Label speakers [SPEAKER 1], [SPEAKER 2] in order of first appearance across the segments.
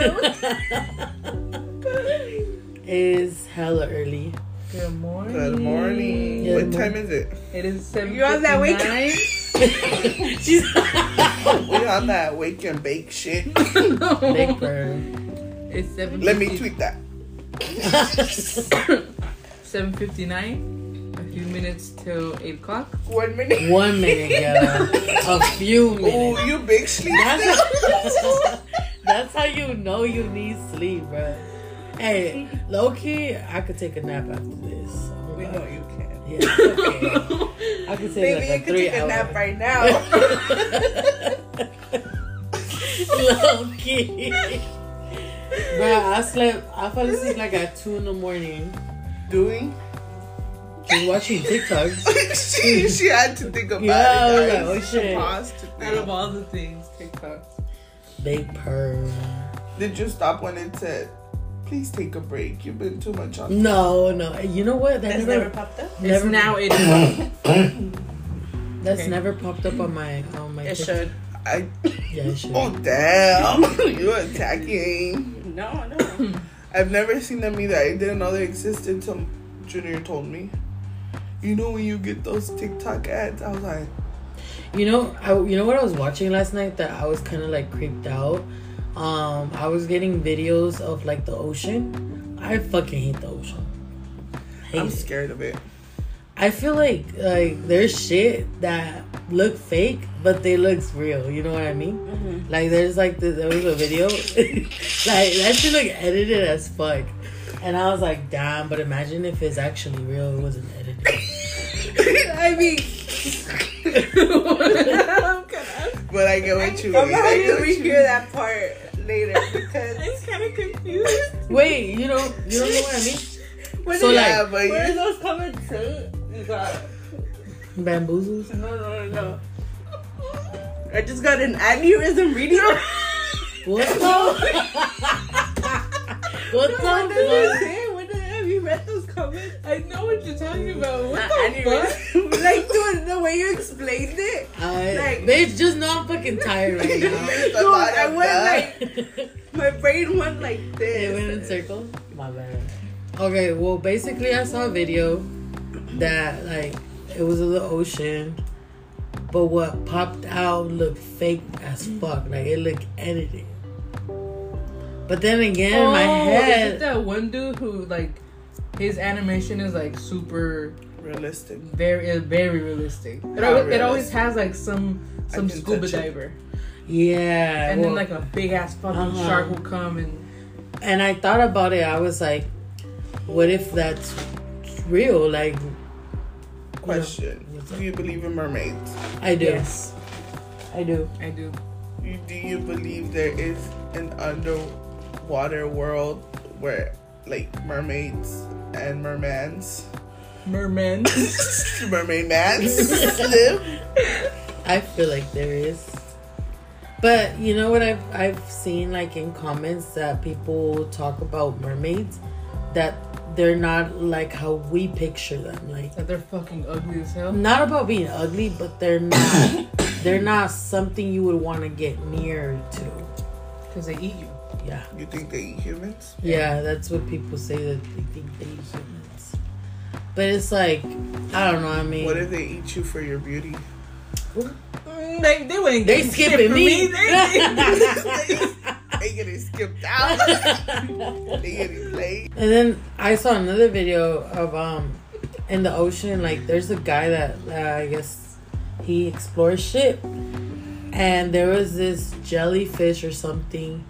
[SPEAKER 1] It's hella early.
[SPEAKER 2] Good morning.
[SPEAKER 3] Good morning.
[SPEAKER 1] Mm. Good
[SPEAKER 3] what time is it?
[SPEAKER 2] It is seven.
[SPEAKER 4] You on that wake-
[SPEAKER 1] She's
[SPEAKER 3] We on that wake and bake shit.
[SPEAKER 1] Big bird.
[SPEAKER 2] It's seven.
[SPEAKER 3] Let me tweet that.
[SPEAKER 2] Seven fifty nine. A few minutes till eight o'clock.
[SPEAKER 3] One minute.
[SPEAKER 1] One minute, yeah. A few minutes.
[SPEAKER 3] Oh, you big sleep.
[SPEAKER 1] That's how, that's how you know you need sleep, bro. Hey, low key, I could take a nap after this.
[SPEAKER 4] We know you can.
[SPEAKER 1] Yeah, it's okay. I could take like
[SPEAKER 4] Maybe you
[SPEAKER 1] a
[SPEAKER 4] could
[SPEAKER 1] three
[SPEAKER 4] take a
[SPEAKER 1] hour.
[SPEAKER 4] nap right now.
[SPEAKER 1] low key. Bro, I slept. I fell asleep like at two in the morning.
[SPEAKER 3] Doing?
[SPEAKER 1] Just watching TikToks.
[SPEAKER 3] she, she had to think about
[SPEAKER 1] Yeah, I was
[SPEAKER 3] it.
[SPEAKER 1] like,
[SPEAKER 3] guys.
[SPEAKER 1] oh,
[SPEAKER 3] She
[SPEAKER 1] shit.
[SPEAKER 3] paused to
[SPEAKER 2] Out of
[SPEAKER 3] think.
[SPEAKER 2] all the things, TikTok.
[SPEAKER 1] Big purr.
[SPEAKER 3] Did you stop when it said, please take a break? You've been too much
[SPEAKER 1] Mm.
[SPEAKER 3] on.
[SPEAKER 1] No, no. You know what? That
[SPEAKER 4] That's
[SPEAKER 1] never,
[SPEAKER 4] never popped up.
[SPEAKER 2] It's
[SPEAKER 1] never-
[SPEAKER 2] now eight o'clock.
[SPEAKER 1] That's
[SPEAKER 2] Okay.
[SPEAKER 1] never popped up on my on my.
[SPEAKER 4] It
[SPEAKER 1] TikTok.
[SPEAKER 4] should.
[SPEAKER 3] I,
[SPEAKER 1] Yeah, it should.
[SPEAKER 3] oh, damn. You're attacking.
[SPEAKER 4] No, no.
[SPEAKER 3] I've never seen them either. I didn't know they existed until Junior told me. You know when you get those TikTok ads? I was like,
[SPEAKER 1] You know, I you know what I was watching last night that I was kind of like creeped out. Um, I was getting videos of like the ocean. I fucking hate the ocean. Hate
[SPEAKER 3] I'm
[SPEAKER 1] it.
[SPEAKER 3] scared of it.
[SPEAKER 1] I feel like like there's shit that look fake, but they looks real. You know what I mean?
[SPEAKER 4] Mm-hmm.
[SPEAKER 1] Like there's like this, there was a video, like that shit look edited as fuck, and I was like, damn. But imagine if it's actually real, it wasn't edited.
[SPEAKER 4] I mean, I'm kind of.
[SPEAKER 3] But I get what you mean.
[SPEAKER 4] I'm
[SPEAKER 3] I
[SPEAKER 4] happy
[SPEAKER 3] get
[SPEAKER 4] to
[SPEAKER 3] what you
[SPEAKER 4] rehear that part later because
[SPEAKER 2] kind of confused.
[SPEAKER 1] Wait, you know, you don't know what I mean?
[SPEAKER 4] what
[SPEAKER 1] So, like-
[SPEAKER 4] is-
[SPEAKER 3] Yeah, but
[SPEAKER 4] what are
[SPEAKER 3] you-
[SPEAKER 4] those comments to? You got
[SPEAKER 1] Bamboozles.
[SPEAKER 4] no, no, no, no. I just got an aneurysm reading.
[SPEAKER 1] What the? what the?
[SPEAKER 4] what does it
[SPEAKER 1] fuck?
[SPEAKER 4] say? What the- have you read those comments?
[SPEAKER 2] I know what you're talking about.
[SPEAKER 3] Uh,
[SPEAKER 2] What
[SPEAKER 4] Not
[SPEAKER 2] the fuck?
[SPEAKER 4] aneurysm. like dude, the way you explained it.
[SPEAKER 1] I,
[SPEAKER 4] Like-
[SPEAKER 1] bitch, just know I'm fucking tired right
[SPEAKER 3] you
[SPEAKER 1] now.
[SPEAKER 3] missed the
[SPEAKER 4] Dude,
[SPEAKER 3] thought
[SPEAKER 4] I
[SPEAKER 3] of
[SPEAKER 4] went
[SPEAKER 3] that.
[SPEAKER 4] like my brain went like
[SPEAKER 1] It went in
[SPEAKER 4] this.
[SPEAKER 1] circles. My bad. Okay, well, basically, I saw a video that like it was in the ocean, but what popped out looked fake as fuck. Like it looked edited. But then again, my
[SPEAKER 2] Oh, Is it
[SPEAKER 1] head.
[SPEAKER 2] that one dude who like his animation is like super
[SPEAKER 3] realistic.
[SPEAKER 2] very uh, very realistic. It,
[SPEAKER 3] How
[SPEAKER 2] al- it always
[SPEAKER 3] realistic?
[SPEAKER 2] has like some some
[SPEAKER 3] can
[SPEAKER 2] scuba
[SPEAKER 3] touch it.
[SPEAKER 2] diver,
[SPEAKER 1] Yeah.
[SPEAKER 2] and
[SPEAKER 1] well,
[SPEAKER 2] then like a big ass fucking
[SPEAKER 1] Uh-huh.
[SPEAKER 2] shark will come and
[SPEAKER 1] and I thought about it. I was like, what if that's real? Like
[SPEAKER 3] Question:
[SPEAKER 1] What's
[SPEAKER 3] Do you believe in mermaids?
[SPEAKER 1] I do.
[SPEAKER 2] yes,
[SPEAKER 1] I do.
[SPEAKER 2] I do.
[SPEAKER 3] You- Do you believe there is an underwater world where, like, mermaids and mermans,
[SPEAKER 2] Merman.
[SPEAKER 3] mermaid mans live?
[SPEAKER 1] I feel like there is. But you know what I've I've seen like in comments that people talk about mermaids that they're not like how we picture them. Like
[SPEAKER 2] that they're fucking ugly as hell.
[SPEAKER 1] not about being ugly, but they're not they're not something you would want to get near to.
[SPEAKER 2] Because they eat you.
[SPEAKER 1] Yeah.
[SPEAKER 3] You think they eat humans?
[SPEAKER 1] Yeah, that's what people say that they think they eat humans. But it's like I don't know, I mean
[SPEAKER 3] What if they eat you for your beauty?
[SPEAKER 2] Mm, They, they wouldn't
[SPEAKER 1] they
[SPEAKER 2] get
[SPEAKER 1] skipping me.
[SPEAKER 3] They getting skipped out. they getting late.
[SPEAKER 1] And then I saw another video of um in the ocean. Like there's a guy that uh, I guess he explores shit, and there was this jellyfish or something,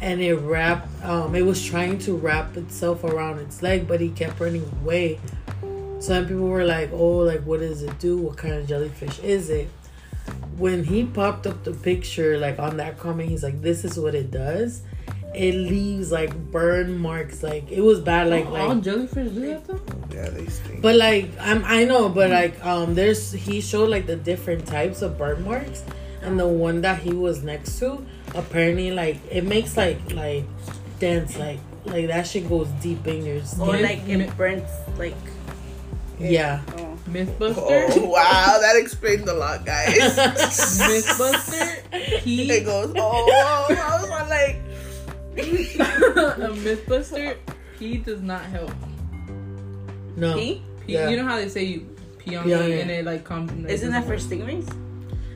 [SPEAKER 1] and it wrapped. Um, it was trying to wrap itself around its leg, but he kept running away. So then people were like, "Oh, like what does it do? What kind of jellyfish is it?" When he popped up the picture, like on that comment, he's like, "This is what it does." It leaves like burn marks. Like it was bad. Like
[SPEAKER 2] All
[SPEAKER 1] like
[SPEAKER 2] jellyfish do that though?
[SPEAKER 3] Yeah, they stink.
[SPEAKER 1] but like I'm, I know, but like um, there's he showed like the different types of burn marks, and the one that he was next to apparently like it makes like like dense like like that shit goes deep in your skin.
[SPEAKER 4] Or like it burns like
[SPEAKER 1] yeah,
[SPEAKER 4] oh.
[SPEAKER 3] oh
[SPEAKER 2] Mythbuster.
[SPEAKER 3] wow, that explained a lot, guys.
[SPEAKER 2] Mythbuster.
[SPEAKER 3] It
[SPEAKER 2] He
[SPEAKER 3] goes, oh, I was oh, like,
[SPEAKER 2] a mythbuster, pee does not help.
[SPEAKER 1] No.
[SPEAKER 4] Me?
[SPEAKER 2] Pee,
[SPEAKER 1] Yeah.
[SPEAKER 2] You know how they say you pee on
[SPEAKER 1] Yeah,
[SPEAKER 2] me
[SPEAKER 1] yeah.
[SPEAKER 2] and it like comes. Like,
[SPEAKER 4] Isn't that for
[SPEAKER 2] doesn't
[SPEAKER 4] stingrays?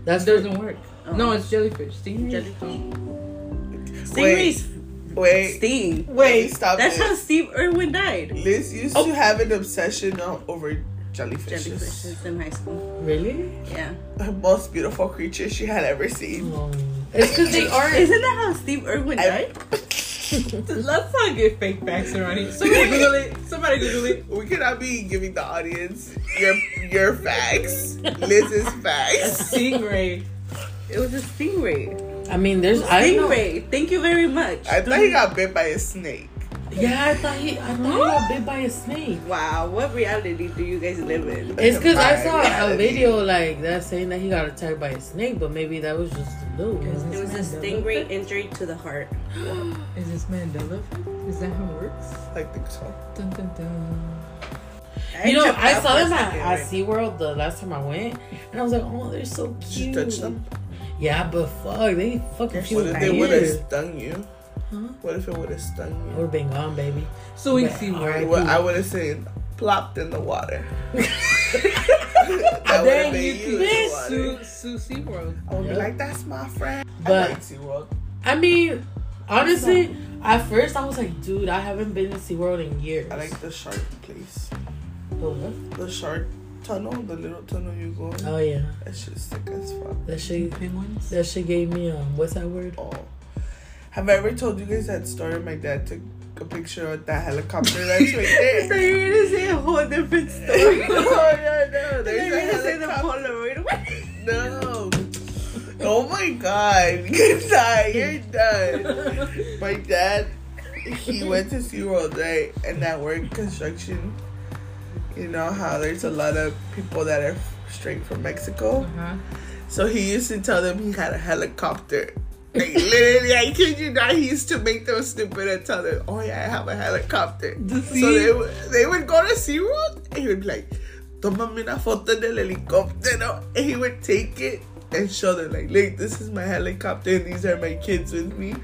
[SPEAKER 1] That's
[SPEAKER 2] work.
[SPEAKER 1] the
[SPEAKER 2] Doesn't work.
[SPEAKER 4] Oh.
[SPEAKER 2] No, it's jellyfish. Stingrays.
[SPEAKER 4] Jellyfish.
[SPEAKER 2] don't.
[SPEAKER 4] Stingrays
[SPEAKER 3] Wait.
[SPEAKER 4] sting.
[SPEAKER 3] Wait, stop
[SPEAKER 4] That's
[SPEAKER 3] it.
[SPEAKER 4] how Steve Irwin died.
[SPEAKER 3] Liz used
[SPEAKER 4] Oh.
[SPEAKER 3] to have an obsession o- over jellyfishes.
[SPEAKER 4] Jellyfishes in high school.
[SPEAKER 1] really.
[SPEAKER 4] Yeah.
[SPEAKER 3] The most beautiful creature she had ever seen.
[SPEAKER 1] Oh. It's because they are.
[SPEAKER 4] Isn't that how Steve Irwin
[SPEAKER 3] I-
[SPEAKER 4] died?
[SPEAKER 2] Let's not get fake facts around here. Somebody Google it. Somebody Google it.
[SPEAKER 3] we cannot be giving the audience your your facts. Liz's facts.
[SPEAKER 2] Stingray.
[SPEAKER 4] It was a stingray.
[SPEAKER 1] I mean, there's. I know.
[SPEAKER 4] Stingray. Thank you very much.
[SPEAKER 3] I thought he got bit by a snake.
[SPEAKER 1] Yeah, I thought he. I thought he got bit by a snake.
[SPEAKER 4] Wow, what reality do you guys live in?
[SPEAKER 1] It's because I
[SPEAKER 3] My
[SPEAKER 1] saw a
[SPEAKER 3] reality.
[SPEAKER 1] video like that saying that he got attacked by a snake, but maybe that was just a little.
[SPEAKER 2] Yes.
[SPEAKER 4] It was a stingray injury to the heart.
[SPEAKER 2] Is this Mandela? effect? Is that how it works?
[SPEAKER 3] I think so.
[SPEAKER 2] Dun, dun, dun.
[SPEAKER 1] You know,
[SPEAKER 4] jumped
[SPEAKER 1] I
[SPEAKER 4] out
[SPEAKER 1] saw
[SPEAKER 4] for a
[SPEAKER 1] them at,
[SPEAKER 4] second,
[SPEAKER 1] at
[SPEAKER 4] right?
[SPEAKER 1] SeaWorld the last time I went, and I was like, oh, they're so
[SPEAKER 3] Did
[SPEAKER 1] cute.
[SPEAKER 3] you touch them?
[SPEAKER 1] Yeah, but fuck, they fucking
[SPEAKER 4] She
[SPEAKER 3] What
[SPEAKER 1] cute.
[SPEAKER 4] was
[SPEAKER 3] if
[SPEAKER 1] What
[SPEAKER 3] they
[SPEAKER 4] right
[SPEAKER 3] would have
[SPEAKER 1] would
[SPEAKER 3] stung you?
[SPEAKER 1] Huh?
[SPEAKER 3] What if it would have stung you?
[SPEAKER 1] have been gone, baby.
[SPEAKER 2] So we
[SPEAKER 1] But
[SPEAKER 2] see
[SPEAKER 1] all
[SPEAKER 2] where.
[SPEAKER 1] right.
[SPEAKER 3] Well, I would have said plopped in the water. that would have
[SPEAKER 2] Dang,
[SPEAKER 3] been
[SPEAKER 2] you
[SPEAKER 3] you. in
[SPEAKER 2] could
[SPEAKER 3] the water.
[SPEAKER 2] sue, sue SeaWorld.
[SPEAKER 3] I would be
[SPEAKER 1] Yeah.
[SPEAKER 3] like, that's my friend.
[SPEAKER 1] But-
[SPEAKER 3] I like SeaWorld.
[SPEAKER 1] I mean, honestly, at first I was like, dude, I haven't been to SeaWorld in years.
[SPEAKER 3] I like the shark place.
[SPEAKER 1] The what?
[SPEAKER 3] The shark tunnel, the little tunnel you go in.
[SPEAKER 1] Oh yeah,
[SPEAKER 3] That shit's sick as fuck.
[SPEAKER 1] that shit.
[SPEAKER 2] Penguins?
[SPEAKER 1] That shit gave me um, what's that word?
[SPEAKER 3] Oh. Have I ever told you guys that story? My dad took a picture of that helicopter that's right there.
[SPEAKER 4] So you're gonna say a whole different
[SPEAKER 3] oh,
[SPEAKER 4] story.
[SPEAKER 3] yeah, no.
[SPEAKER 4] Then
[SPEAKER 3] There's
[SPEAKER 4] you're gonna say
[SPEAKER 3] a
[SPEAKER 4] the
[SPEAKER 3] helicopter.
[SPEAKER 4] Polaroid.
[SPEAKER 3] No. Oh my god. Good night. You're done. My dad, he went to SeaWorld, right? And that work construction, you know how there's a lot of people that are straight from Mexico.
[SPEAKER 2] Uh-huh.
[SPEAKER 3] So he used to tell them he had a helicopter. Like literally, I kid you not, he used to make them stupid and tell them, "Oh yeah, I have a helicopter."
[SPEAKER 2] sea-
[SPEAKER 3] So they would they would go to SeaWorld and he would be like, "Tómame una foto del helicóptero," and he would take it and show them like, "Look, this is my helicopter and these are my kids with me."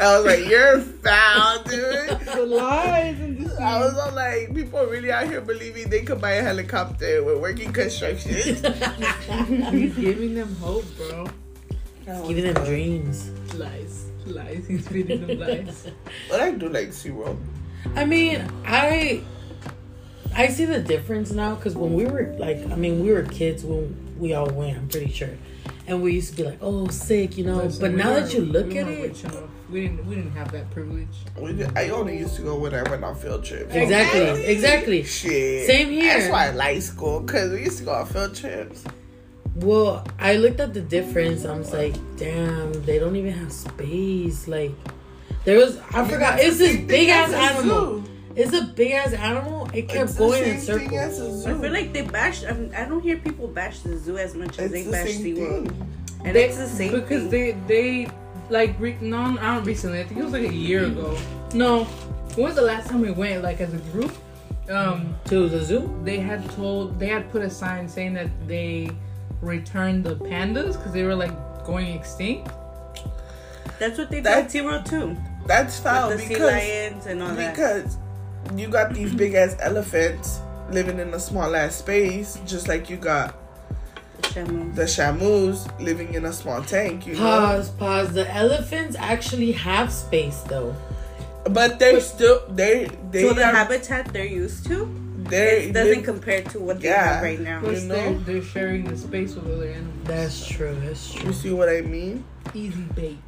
[SPEAKER 3] I was like, "You're foul, dude."
[SPEAKER 2] The lies and the
[SPEAKER 3] I was all like, people really out here believing they could buy a helicopter with working construction.
[SPEAKER 2] He's giving them hope, bro.
[SPEAKER 1] Giving them dreams.
[SPEAKER 2] Lies. Lies. He's feeding them lies.
[SPEAKER 3] But I do like SeaWorld.
[SPEAKER 1] I mean, I I see the difference now because when we were like, I mean, we were kids when we all went. I'm pretty sure, and we used to be like, "Oh, sick," you know.
[SPEAKER 2] Listen,
[SPEAKER 1] but
[SPEAKER 2] we
[SPEAKER 1] now that
[SPEAKER 2] weren't-
[SPEAKER 1] you look
[SPEAKER 2] we
[SPEAKER 1] at
[SPEAKER 2] weren't
[SPEAKER 1] it,
[SPEAKER 2] rich enough. we didn't we didn't have that privilege.
[SPEAKER 3] We did, I only used to go when I went on field trips.
[SPEAKER 1] exactly, exactly.
[SPEAKER 3] Shit.
[SPEAKER 1] Same here.
[SPEAKER 3] That's why I like school because we used to go on field trips.
[SPEAKER 1] Well, I looked at the difference. I was like, "Damn, they don't even have space." Like, there was I forgot. It's this big ass animal. It's a big ass animal. It kept
[SPEAKER 3] It's
[SPEAKER 1] going
[SPEAKER 3] the same
[SPEAKER 1] in
[SPEAKER 3] Thing as
[SPEAKER 1] circles.
[SPEAKER 3] a zoo.
[SPEAKER 4] I feel like they bash. I, mean, I don't hear people bash the zoo as much
[SPEAKER 3] it's
[SPEAKER 4] as they
[SPEAKER 3] the
[SPEAKER 4] bash
[SPEAKER 3] same
[SPEAKER 4] SeaWorld.
[SPEAKER 3] thing.
[SPEAKER 4] And
[SPEAKER 2] They-
[SPEAKER 4] it's the same
[SPEAKER 2] because
[SPEAKER 4] thing.
[SPEAKER 2] they they like re- no not recently. I think it was like a year ago. No, when was the last time we went like as a group? Um,
[SPEAKER 1] To the zoo.
[SPEAKER 2] they had told they had put a sign saying that they returned the pandas because they were like going extinct.
[SPEAKER 4] That's what they did
[SPEAKER 3] That-
[SPEAKER 4] at SeaWorld too.
[SPEAKER 3] That's foul
[SPEAKER 4] with the sea
[SPEAKER 3] because
[SPEAKER 4] lions and all that.
[SPEAKER 3] because you got these big ass elephants living in a small ass space, just like you got
[SPEAKER 4] The shamu.
[SPEAKER 3] the shamus living in a small tank. You know,
[SPEAKER 1] Pause. Pause. The elephants actually have space though.
[SPEAKER 3] but they're still they they
[SPEAKER 4] So the
[SPEAKER 3] are-
[SPEAKER 4] habitat they're used to
[SPEAKER 3] they
[SPEAKER 4] it doesn't
[SPEAKER 3] live-
[SPEAKER 4] compare to what they
[SPEAKER 3] Yeah.
[SPEAKER 4] have right now.
[SPEAKER 3] Well,
[SPEAKER 2] Plus, they're, they're sharing the space with other animals.
[SPEAKER 1] That's true. That's
[SPEAKER 3] You
[SPEAKER 1] true.
[SPEAKER 3] see what I mean?
[SPEAKER 2] easy bait.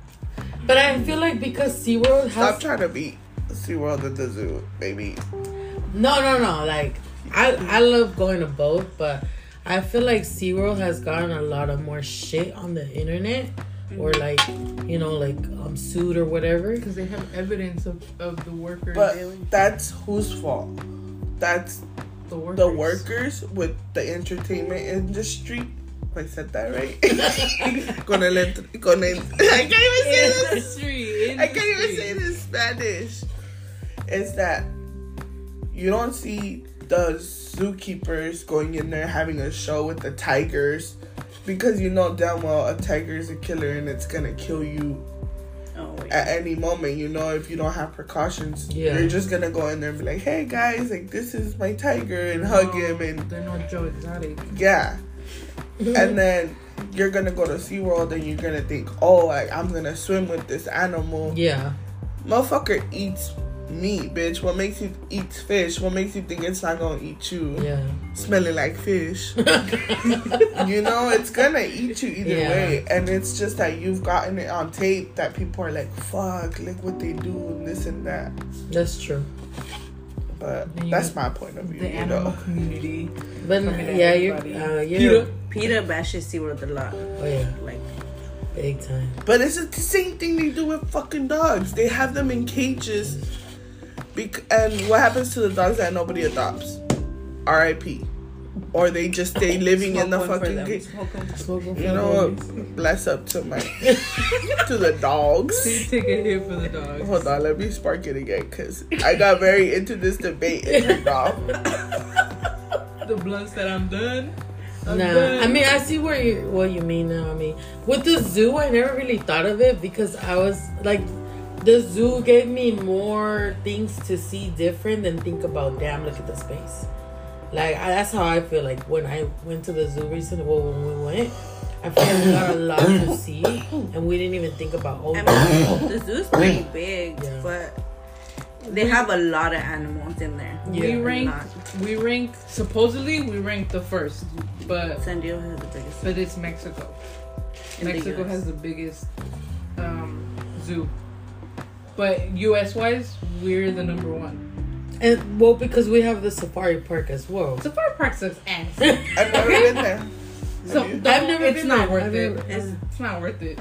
[SPEAKER 1] But I feel like because SeaWorld
[SPEAKER 3] Stop
[SPEAKER 1] has
[SPEAKER 3] trying to beat SeaWorld at the zoo, baby.
[SPEAKER 1] no, no, no. Like I, I love going to both, but I feel like SeaWorld has gotten a lot of more shit on the internet, or like you know, like um, sued or whatever.
[SPEAKER 2] Because they have evidence of, of the workers.
[SPEAKER 3] But that's whose fault? That's
[SPEAKER 2] the workers.
[SPEAKER 3] the workers with the entertainment industry. I said that right. con el ent- con el- I can't even say this.
[SPEAKER 2] Industry,
[SPEAKER 3] I can't even
[SPEAKER 2] industry.
[SPEAKER 3] say this in Spanish. It's that you don't see the zookeepers going in there having a show with the tigers because you know damn well a tiger is a killer and it's gonna kill you
[SPEAKER 4] Oh, yeah.
[SPEAKER 3] at any moment, you know, if you don't have precautions.
[SPEAKER 1] Yeah.
[SPEAKER 3] You're just gonna go in there and be like, hey guys, like this is my tiger and hug him
[SPEAKER 1] Oh.
[SPEAKER 3] and
[SPEAKER 2] They're not Joe Exotic.
[SPEAKER 3] yeah. and then you're gonna go to SeaWorld and you're gonna think, oh, like, I'm gonna swim with this animal.
[SPEAKER 1] yeah.
[SPEAKER 3] Motherfucker eats meat, bitch. What makes you eat fish? What makes you think it's not gonna eat you?
[SPEAKER 1] Yeah.
[SPEAKER 3] Smelling like fish. you know, it's gonna eat you either
[SPEAKER 1] Yeah.
[SPEAKER 3] way. And it's just that you've gotten it on tape that people are like, fuck, look what they do and this and that.
[SPEAKER 1] That's true.
[SPEAKER 3] But
[SPEAKER 2] Then you
[SPEAKER 3] that's
[SPEAKER 2] got
[SPEAKER 3] my point of view,
[SPEAKER 2] The
[SPEAKER 3] you
[SPEAKER 2] animal
[SPEAKER 3] know.
[SPEAKER 2] community.
[SPEAKER 1] But
[SPEAKER 2] Coming at
[SPEAKER 1] yeah, you're,
[SPEAKER 2] everybody.
[SPEAKER 1] uh, you're
[SPEAKER 2] Peter.
[SPEAKER 4] Peter bashes SeaWorld a lot.
[SPEAKER 1] oh yeah,
[SPEAKER 4] Like,
[SPEAKER 1] big time.
[SPEAKER 3] But it's the same thing they do with fucking dogs. They have them in cages. Bec- and what happens to the dogs that nobody adopts? R.I.P. Or they just stay living in the
[SPEAKER 4] smoke one for
[SPEAKER 3] fucking
[SPEAKER 4] them.
[SPEAKER 3] cage.
[SPEAKER 4] Smoke one for-
[SPEAKER 1] Smoking
[SPEAKER 3] You know what? Bless up to my to the dogs.
[SPEAKER 2] Please take a hit for the dogs.
[SPEAKER 3] Hold on, let me spark it again, cause I got very into this debate in the dog.
[SPEAKER 2] The blunt said I'm done. I'm
[SPEAKER 1] Nah,
[SPEAKER 2] done.
[SPEAKER 1] I mean I see where you what you mean now. I mean with the zoo, I never really thought of it because I was like, the zoo gave me more things to see different than think about. Damn, look at the space. Like I, that's how I feel. Like when I went to the zoo recently, well, when we went, I feel like we got a lot to see, and we didn't even think about. Oh,
[SPEAKER 4] I mean, the zoo's pretty big,
[SPEAKER 1] Yeah.
[SPEAKER 4] but they have a lot of animals in there.
[SPEAKER 2] we
[SPEAKER 1] Yeah.
[SPEAKER 2] ranked. We ranked. Supposedly, we ranked the first, but
[SPEAKER 4] San Diego has the biggest.
[SPEAKER 2] but it's Mexico.
[SPEAKER 4] in the
[SPEAKER 2] Mexico
[SPEAKER 4] US.
[SPEAKER 2] has the biggest um, zoo, but U.S. wise, we're the number one.
[SPEAKER 1] and well, because we have the safari park as well.
[SPEAKER 2] Safari Park sucks ass.
[SPEAKER 3] I've never been there.
[SPEAKER 2] So
[SPEAKER 3] Have you?
[SPEAKER 2] don't-
[SPEAKER 1] I've never
[SPEAKER 2] it's
[SPEAKER 1] been
[SPEAKER 2] not
[SPEAKER 1] there.
[SPEAKER 2] worth
[SPEAKER 1] I've
[SPEAKER 2] it.
[SPEAKER 1] never-
[SPEAKER 2] it's, it's not worth it.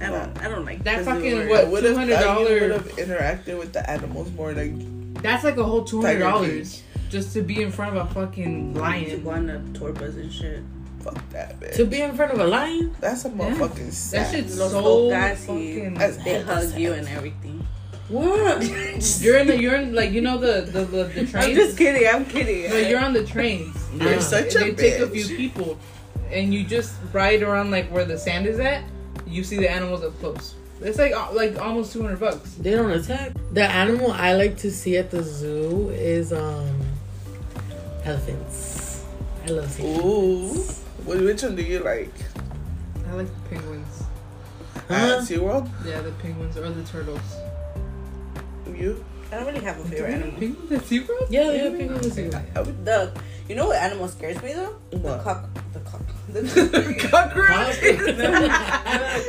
[SPEAKER 4] I don't, I don't like
[SPEAKER 2] That
[SPEAKER 4] the zoo
[SPEAKER 2] fucking
[SPEAKER 4] or-
[SPEAKER 3] I
[SPEAKER 2] what-
[SPEAKER 3] would have
[SPEAKER 2] $200
[SPEAKER 3] would have interacted with the animals more. Like
[SPEAKER 2] That's like a whole two hundred
[SPEAKER 3] Tiger
[SPEAKER 2] dollars just to be in front of a fucking
[SPEAKER 4] To
[SPEAKER 2] lion.
[SPEAKER 4] go on the tour bus and shit.
[SPEAKER 3] fuck that bitch.
[SPEAKER 1] To be in front of a lion?
[SPEAKER 3] That's a motherfucking
[SPEAKER 2] That
[SPEAKER 3] sad.
[SPEAKER 2] shit's
[SPEAKER 4] Los
[SPEAKER 2] so
[SPEAKER 4] Bocas y-
[SPEAKER 2] fucking.
[SPEAKER 3] That's-
[SPEAKER 4] They hug you and everything.
[SPEAKER 1] What?
[SPEAKER 2] You're in the you're in like you know the the the, the
[SPEAKER 4] I'm
[SPEAKER 2] trains.
[SPEAKER 4] just kidding. I'm kidding.
[SPEAKER 2] No, you're on the trains.
[SPEAKER 3] You're
[SPEAKER 1] Uh,
[SPEAKER 3] such a
[SPEAKER 2] they
[SPEAKER 3] bitch.
[SPEAKER 2] take a few people, and you just ride around like where the sand is at. You see the animals up close. It's like uh, like almost two hundred bucks.
[SPEAKER 1] They don't attack. The animal I like to see at the zoo is um elephants. I love seeing.
[SPEAKER 3] Ooh. Wh- Which one do you like?
[SPEAKER 2] I like the penguins.
[SPEAKER 3] At
[SPEAKER 1] Huh?
[SPEAKER 3] SeaWorld?
[SPEAKER 2] Yeah, the penguins or the turtles.
[SPEAKER 3] You?
[SPEAKER 4] I don't really have a favorite animal.
[SPEAKER 2] Penguins at SeaWorld?
[SPEAKER 1] Yeah, they have penguins at SeaWorld.
[SPEAKER 4] The you know what animal scares me though? The
[SPEAKER 3] What?
[SPEAKER 4] cock. The cock. The cockroach. Uh,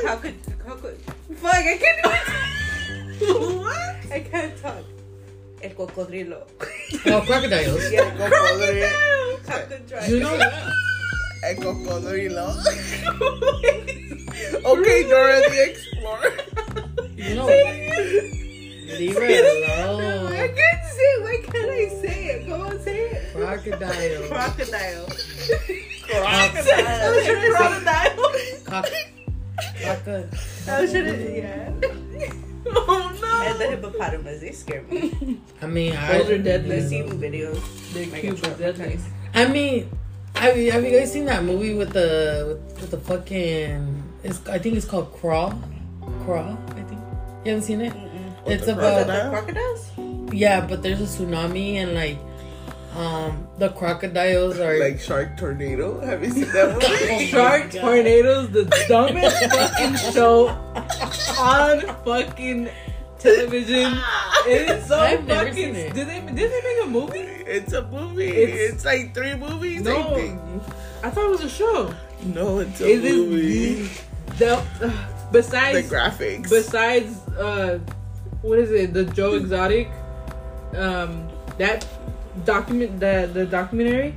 [SPEAKER 1] Cockroach.
[SPEAKER 4] cockroach. cockroach. Fuck! I can't. do it. I can't talk. El cocodrilo.
[SPEAKER 1] Oh, crocodiles.
[SPEAKER 4] Yeah.
[SPEAKER 3] Crocodile.
[SPEAKER 4] Cockroach.
[SPEAKER 1] You know what?
[SPEAKER 3] A cocodrilo. okay, Dora the Explorer.
[SPEAKER 1] You know what? Leave it
[SPEAKER 4] I
[SPEAKER 1] alone.
[SPEAKER 4] can't say it. Why can't I say it? Come on, say it.
[SPEAKER 1] Crocodile.
[SPEAKER 4] Crocodile.
[SPEAKER 1] Crocodile.
[SPEAKER 4] Crocodile.
[SPEAKER 1] Cock. Crocodile.
[SPEAKER 4] I shouldn't. Yeah.
[SPEAKER 2] Oh
[SPEAKER 4] And the hippopotamus, they scare me.
[SPEAKER 1] I mean, I.
[SPEAKER 4] Those are deadly. I've seen videos.
[SPEAKER 2] They're
[SPEAKER 4] Like,
[SPEAKER 2] cute, but deadly.
[SPEAKER 1] I mean, have you, have you guys seen that movie with the with the fucking? It's I think it's called Crawl, Crawl. I think you haven't seen it. It's
[SPEAKER 3] the
[SPEAKER 1] about
[SPEAKER 3] crocodile?
[SPEAKER 4] Crocodiles?
[SPEAKER 1] yeah, but there's a tsunami and like, um, the crocodiles are
[SPEAKER 3] Like Shark Tornado. Have you seen that
[SPEAKER 2] Oh
[SPEAKER 3] movie?
[SPEAKER 2] Shark
[SPEAKER 1] God.
[SPEAKER 2] tornadoes, the dumbest fucking show on fucking television. It is so
[SPEAKER 1] I've never
[SPEAKER 2] fucking.
[SPEAKER 1] seen it.
[SPEAKER 2] Did they did they make a movie?
[SPEAKER 3] It's a movie.
[SPEAKER 2] It's-
[SPEAKER 3] It's, like three movies,
[SPEAKER 2] No.
[SPEAKER 3] I think.
[SPEAKER 2] I thought it was a show.
[SPEAKER 3] No, it's a
[SPEAKER 2] It is
[SPEAKER 3] movie.
[SPEAKER 2] The, uh,
[SPEAKER 3] The
[SPEAKER 2] besides
[SPEAKER 3] graphics.
[SPEAKER 2] besides uh, what is it? The Joe Exotic, um, that document the the documentary.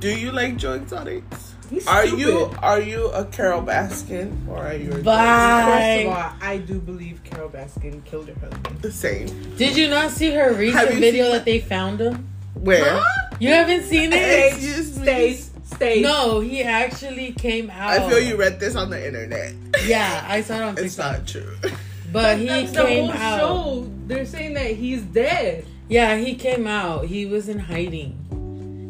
[SPEAKER 3] do you like Joe Exotics?
[SPEAKER 2] He's
[SPEAKER 3] Are
[SPEAKER 2] stupid.
[SPEAKER 3] you are you a Carol Baskin or are you a
[SPEAKER 2] First of
[SPEAKER 1] Bye.
[SPEAKER 2] all, I do believe Carol Baskin killed her husband.
[SPEAKER 3] the same?
[SPEAKER 1] Did you not see her
[SPEAKER 3] Have
[SPEAKER 1] recent
[SPEAKER 3] you
[SPEAKER 1] video
[SPEAKER 3] seen
[SPEAKER 1] that they found him?
[SPEAKER 3] Where?
[SPEAKER 1] You haven't seen it?
[SPEAKER 3] Excuse me.
[SPEAKER 2] Stage, stage.
[SPEAKER 1] No, he actually came out.
[SPEAKER 3] I feel you read this on the internet.
[SPEAKER 1] Yeah, I saw it on
[SPEAKER 3] Oh. It's
[SPEAKER 1] TikTok.
[SPEAKER 3] not true.
[SPEAKER 1] But he
[SPEAKER 2] That's the
[SPEAKER 1] came
[SPEAKER 2] whole
[SPEAKER 1] out.
[SPEAKER 2] show. They're saying that he's dead.
[SPEAKER 1] Yeah, he came out. He was in hiding.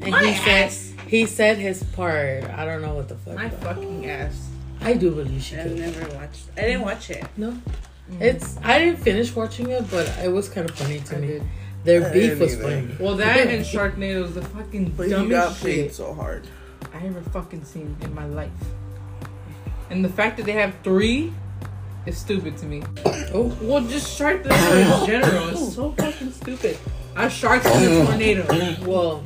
[SPEAKER 1] And
[SPEAKER 2] My
[SPEAKER 1] he said
[SPEAKER 2] ass.
[SPEAKER 1] he said his part. I don't know what the fuck.
[SPEAKER 2] My
[SPEAKER 1] but-
[SPEAKER 2] fucking ass.
[SPEAKER 1] I do believe she
[SPEAKER 4] I've
[SPEAKER 1] could.
[SPEAKER 4] never watched. I didn't watch it.
[SPEAKER 1] No. It's I didn't finish watching it, but it was kind of funny to
[SPEAKER 2] Mm. I
[SPEAKER 1] me.
[SPEAKER 2] did.
[SPEAKER 1] Their
[SPEAKER 3] I
[SPEAKER 1] beef
[SPEAKER 3] didn't
[SPEAKER 1] was
[SPEAKER 3] either.
[SPEAKER 1] funny.
[SPEAKER 2] Well, that and Sharknado is the fucking
[SPEAKER 3] But he got
[SPEAKER 2] dumbest
[SPEAKER 3] paid
[SPEAKER 2] shit
[SPEAKER 3] so hard.
[SPEAKER 2] I ever fucking seen in my life. And the fact that they have three is stupid to me.
[SPEAKER 1] Oh,
[SPEAKER 2] Well, just shark Sharknado in general is so fucking stupid. I sharks
[SPEAKER 1] Oh.
[SPEAKER 2] in a tornado.
[SPEAKER 1] well,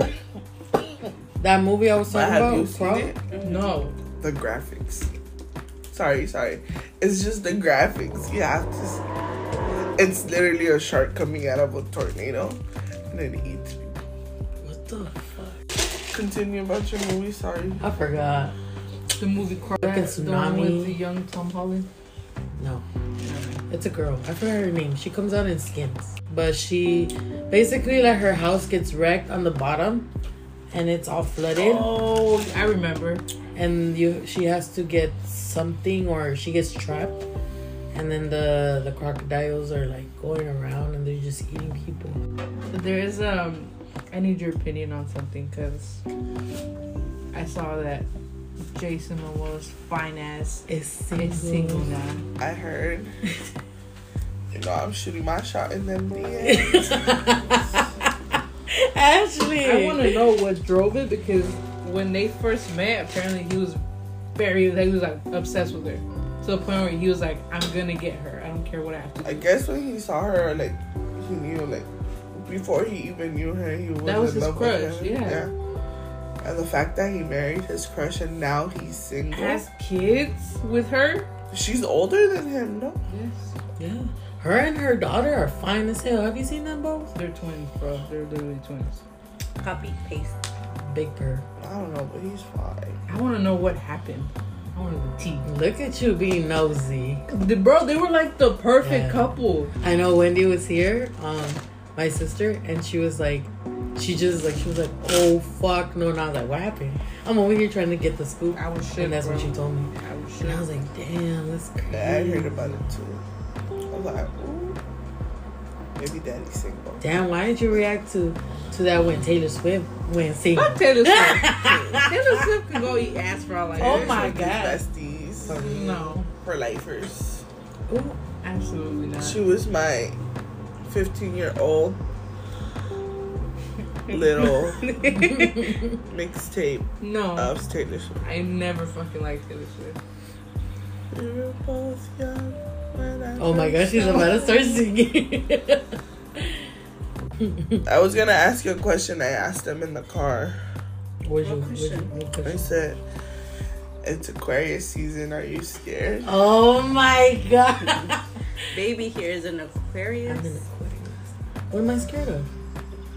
[SPEAKER 1] that movie I was
[SPEAKER 3] But
[SPEAKER 1] talking
[SPEAKER 3] have
[SPEAKER 1] about,
[SPEAKER 3] you seen
[SPEAKER 1] Crow,
[SPEAKER 3] it?
[SPEAKER 2] No.
[SPEAKER 3] The graphics. Sorry, sorry. It's just the graphics. You have to. s- It's literally a shark coming out of a tornado, and it eats. people.
[SPEAKER 1] What the fuck?
[SPEAKER 3] Continue about your movie. Sorry.
[SPEAKER 1] I forgot.
[SPEAKER 2] The movie Crash,
[SPEAKER 1] Fucking
[SPEAKER 2] the one
[SPEAKER 1] tsunami.
[SPEAKER 2] with the young Tom Holland.
[SPEAKER 1] No. It's a girl. I forgot her name. She comes out in skins. But she basically like her house gets wrecked on the bottom and it's all flooded
[SPEAKER 2] Oh, I remember.
[SPEAKER 1] and you she has to get something or she gets trapped and then the the crocodiles are like going around and they're just eating people.
[SPEAKER 2] There is um, I need your opinion on something because I saw that Jason Momoa's fine ass
[SPEAKER 1] It's
[SPEAKER 2] is single
[SPEAKER 1] single.
[SPEAKER 2] now.
[SPEAKER 3] I heard. You know I'm shooting my shot in them DMs.
[SPEAKER 1] Ashley.
[SPEAKER 2] I want to know what drove it because when they first met, apparently he was very like, he was like obsessed with her to the point where he was like, "I'm gonna get her. I don't care what I have to."
[SPEAKER 3] I guess when he saw her, like he knew, like before he even knew her, he was
[SPEAKER 2] That was
[SPEAKER 3] in
[SPEAKER 2] his
[SPEAKER 3] love with
[SPEAKER 2] crush,
[SPEAKER 3] her.
[SPEAKER 2] yeah.
[SPEAKER 3] And the fact that he married his crush and now he's single.
[SPEAKER 2] Has kids with her?
[SPEAKER 3] She's older than him, no?
[SPEAKER 2] Yes,
[SPEAKER 1] yeah. Her and her daughter are fine as hell. Have you seen them both?
[SPEAKER 2] they're twins, bro. They're literally twins.
[SPEAKER 4] Copy, paste.
[SPEAKER 1] Big purr.
[SPEAKER 3] I don't know, but he's fine.
[SPEAKER 2] I want to know what happened. I want to know
[SPEAKER 1] Look at you being nosy.
[SPEAKER 2] the tea. The- bro, they were like the perfect
[SPEAKER 1] Yeah.
[SPEAKER 2] couple.
[SPEAKER 1] I know Wendy was here, um, my sister, and she was like, she just like she was like, oh fuck no, and I was like, what happened? I'm over here trying to get the scoop,
[SPEAKER 2] I was shit.
[SPEAKER 1] and that's
[SPEAKER 2] bro.
[SPEAKER 1] what she told me.
[SPEAKER 2] I was shit.
[SPEAKER 1] And I was like, damn, that's crazy.
[SPEAKER 3] Yeah, I heard about it too. I was like, ooh, maybe daddy's single.
[SPEAKER 1] Damn, why didn't you react to to that when Taylor Swift went single?
[SPEAKER 2] Fuck Taylor Swift. Taylor Swift can go eat ass for all I
[SPEAKER 1] Oh
[SPEAKER 2] care.
[SPEAKER 1] my
[SPEAKER 3] Like, these
[SPEAKER 1] God.
[SPEAKER 3] Besties
[SPEAKER 2] No,
[SPEAKER 3] for lifers.
[SPEAKER 1] Ooh,
[SPEAKER 2] absolutely not.
[SPEAKER 3] She was my 15 year old little mixtape
[SPEAKER 1] Oh.
[SPEAKER 2] No.
[SPEAKER 3] of Taylor Swift.
[SPEAKER 2] I never fucking liked Taylor Swift.
[SPEAKER 3] We were both young when I
[SPEAKER 1] oh my
[SPEAKER 3] first
[SPEAKER 1] gosh, she's
[SPEAKER 3] saw
[SPEAKER 1] about to start singing.
[SPEAKER 3] I was gonna ask you a question I asked them in the car.
[SPEAKER 1] Where's your,
[SPEAKER 4] What
[SPEAKER 1] where's your
[SPEAKER 4] question?
[SPEAKER 1] what
[SPEAKER 3] I
[SPEAKER 1] question?
[SPEAKER 3] said, It's Aquarius season, are you scared?
[SPEAKER 1] Oh my god.
[SPEAKER 4] Baby here is an
[SPEAKER 1] I'm an
[SPEAKER 4] Aquarius.
[SPEAKER 1] Aquarius. What am I scared of?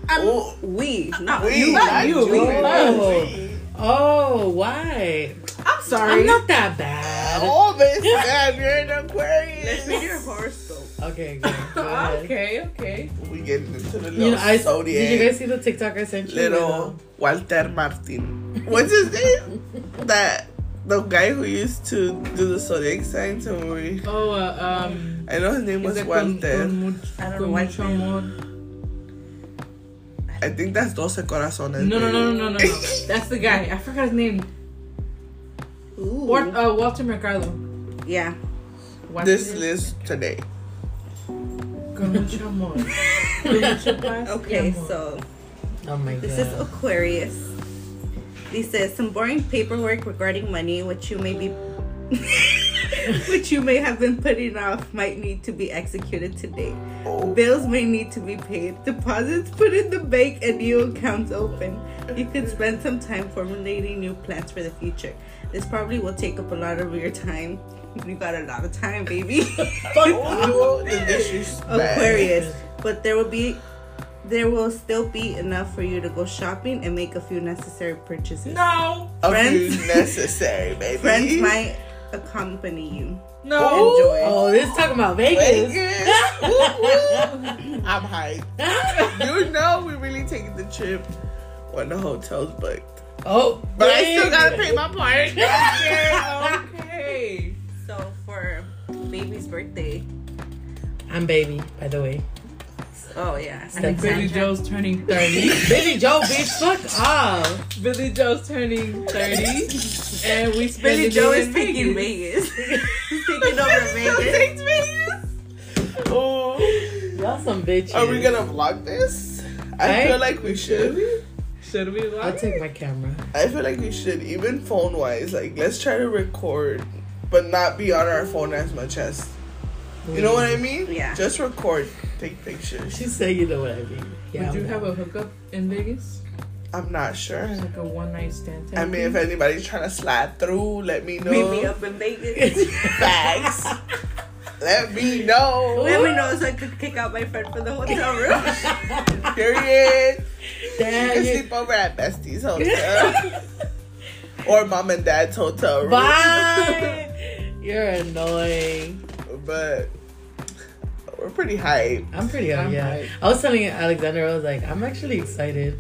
[SPEAKER 3] Oh,
[SPEAKER 4] we, not
[SPEAKER 3] we,
[SPEAKER 4] Ah, you.
[SPEAKER 3] not
[SPEAKER 1] you.
[SPEAKER 3] you.
[SPEAKER 1] Oh.
[SPEAKER 3] we.
[SPEAKER 1] Oh, why?
[SPEAKER 4] I'm sorry.
[SPEAKER 1] I'm not that bad.
[SPEAKER 3] Oh, Miss Sam, you're an
[SPEAKER 4] Let's read your
[SPEAKER 3] Aquarius.
[SPEAKER 4] horoscope.
[SPEAKER 1] Okay, go, go ahead.
[SPEAKER 2] okay, okay.
[SPEAKER 3] We getting into the little
[SPEAKER 1] You know, I,
[SPEAKER 3] zodiac.
[SPEAKER 1] did you guys see the TikTok I sent you?
[SPEAKER 3] little Walter Martin. What's his name? that the guy who used to do the zodiac signs and we.
[SPEAKER 2] Oh, uh, um.
[SPEAKER 3] I know his name was Walter.
[SPEAKER 4] I don't know why it's
[SPEAKER 2] No,
[SPEAKER 3] I think that's Doce Corazones.
[SPEAKER 2] no, no,
[SPEAKER 3] baby.
[SPEAKER 2] no, no, no. That's the guy. I forgot his name.
[SPEAKER 4] Ooh.
[SPEAKER 2] Wal- uh, Walter McCarlo.
[SPEAKER 4] yeah.
[SPEAKER 2] Walter-
[SPEAKER 3] this list today.
[SPEAKER 2] Con mucho amor. Con mucho paz y
[SPEAKER 4] Okay,
[SPEAKER 2] amor.
[SPEAKER 4] so
[SPEAKER 1] Oh my god.
[SPEAKER 4] this is Aquarius. This says some boring paperwork regarding money, which you may be, which you may have been putting off, might need to be executed today.
[SPEAKER 3] Oh,
[SPEAKER 4] Bills may need to be paid, deposits put in the bank, and new accounts open. You could spend some time formulating new plans for the future. This probably will take up a lot of your time. You got a lot of time, baby.
[SPEAKER 3] oh, the dish is bad.
[SPEAKER 4] Aquarius, but there will be there will still be enough for you to go shopping and make a few necessary purchases.
[SPEAKER 2] No,
[SPEAKER 3] A few
[SPEAKER 4] Friends.
[SPEAKER 3] necessary, baby.
[SPEAKER 4] Friends might accompany you.
[SPEAKER 2] no.
[SPEAKER 1] Oh, this is talking about Vegas.
[SPEAKER 3] Vegas. Woo, woo. I'm hyped. You know we really taking the trip when the hotel's booked.
[SPEAKER 1] Oh,
[SPEAKER 3] But I still gotta
[SPEAKER 1] Vegas.
[SPEAKER 3] pay my part.
[SPEAKER 2] Okay.
[SPEAKER 4] So for baby's birthday.
[SPEAKER 1] I'm baby, by the way.
[SPEAKER 4] Oh yeah.
[SPEAKER 1] Step
[SPEAKER 4] Alexandra.
[SPEAKER 2] Billy Joe's turning 30.
[SPEAKER 1] Billy Joe, bitch, fuck off.
[SPEAKER 2] Billy Joe's turning 30. And we spent
[SPEAKER 4] Billy
[SPEAKER 2] the
[SPEAKER 4] Joe
[SPEAKER 2] day
[SPEAKER 4] is
[SPEAKER 2] in
[SPEAKER 4] taking
[SPEAKER 2] Vegas.
[SPEAKER 4] Vegas. He's taking over Vegas.
[SPEAKER 2] Oh,
[SPEAKER 1] Y'all some bitches.
[SPEAKER 3] Are we gonna vlog this? I
[SPEAKER 1] Right?
[SPEAKER 3] feel like we should.
[SPEAKER 2] Should we
[SPEAKER 1] I'll
[SPEAKER 2] vlog?
[SPEAKER 1] take my camera.
[SPEAKER 3] I feel like we should, even phone wise. Like, let's try to record, but not be on our phone as much as. You know what I mean?
[SPEAKER 4] Yeah.
[SPEAKER 3] Just record, take pictures.
[SPEAKER 1] She said, "You know what I mean." Yeah.
[SPEAKER 2] Would
[SPEAKER 1] I'm
[SPEAKER 2] you have
[SPEAKER 1] down.
[SPEAKER 2] a hookup in Vegas?
[SPEAKER 3] I'm not sure.
[SPEAKER 2] Like a one night stand? type
[SPEAKER 3] I mean, if
[SPEAKER 2] thing?
[SPEAKER 3] anybody's trying to slide through, let me know.
[SPEAKER 4] Maybe up in Vegas.
[SPEAKER 3] Facts. let me know.
[SPEAKER 4] Let me know so I could kick out my friend from the hotel room.
[SPEAKER 3] Period. You
[SPEAKER 1] Damn,
[SPEAKER 3] can
[SPEAKER 1] you-
[SPEAKER 3] sleep over at Bestie's Hotel. or mom and dad's hotel room.
[SPEAKER 1] Bye. You're annoying.
[SPEAKER 3] But we're pretty hype.
[SPEAKER 1] I'm pretty
[SPEAKER 2] I'm
[SPEAKER 1] yeah.
[SPEAKER 2] hyped.
[SPEAKER 1] I was telling Alexander, I was like, "I'm actually excited,"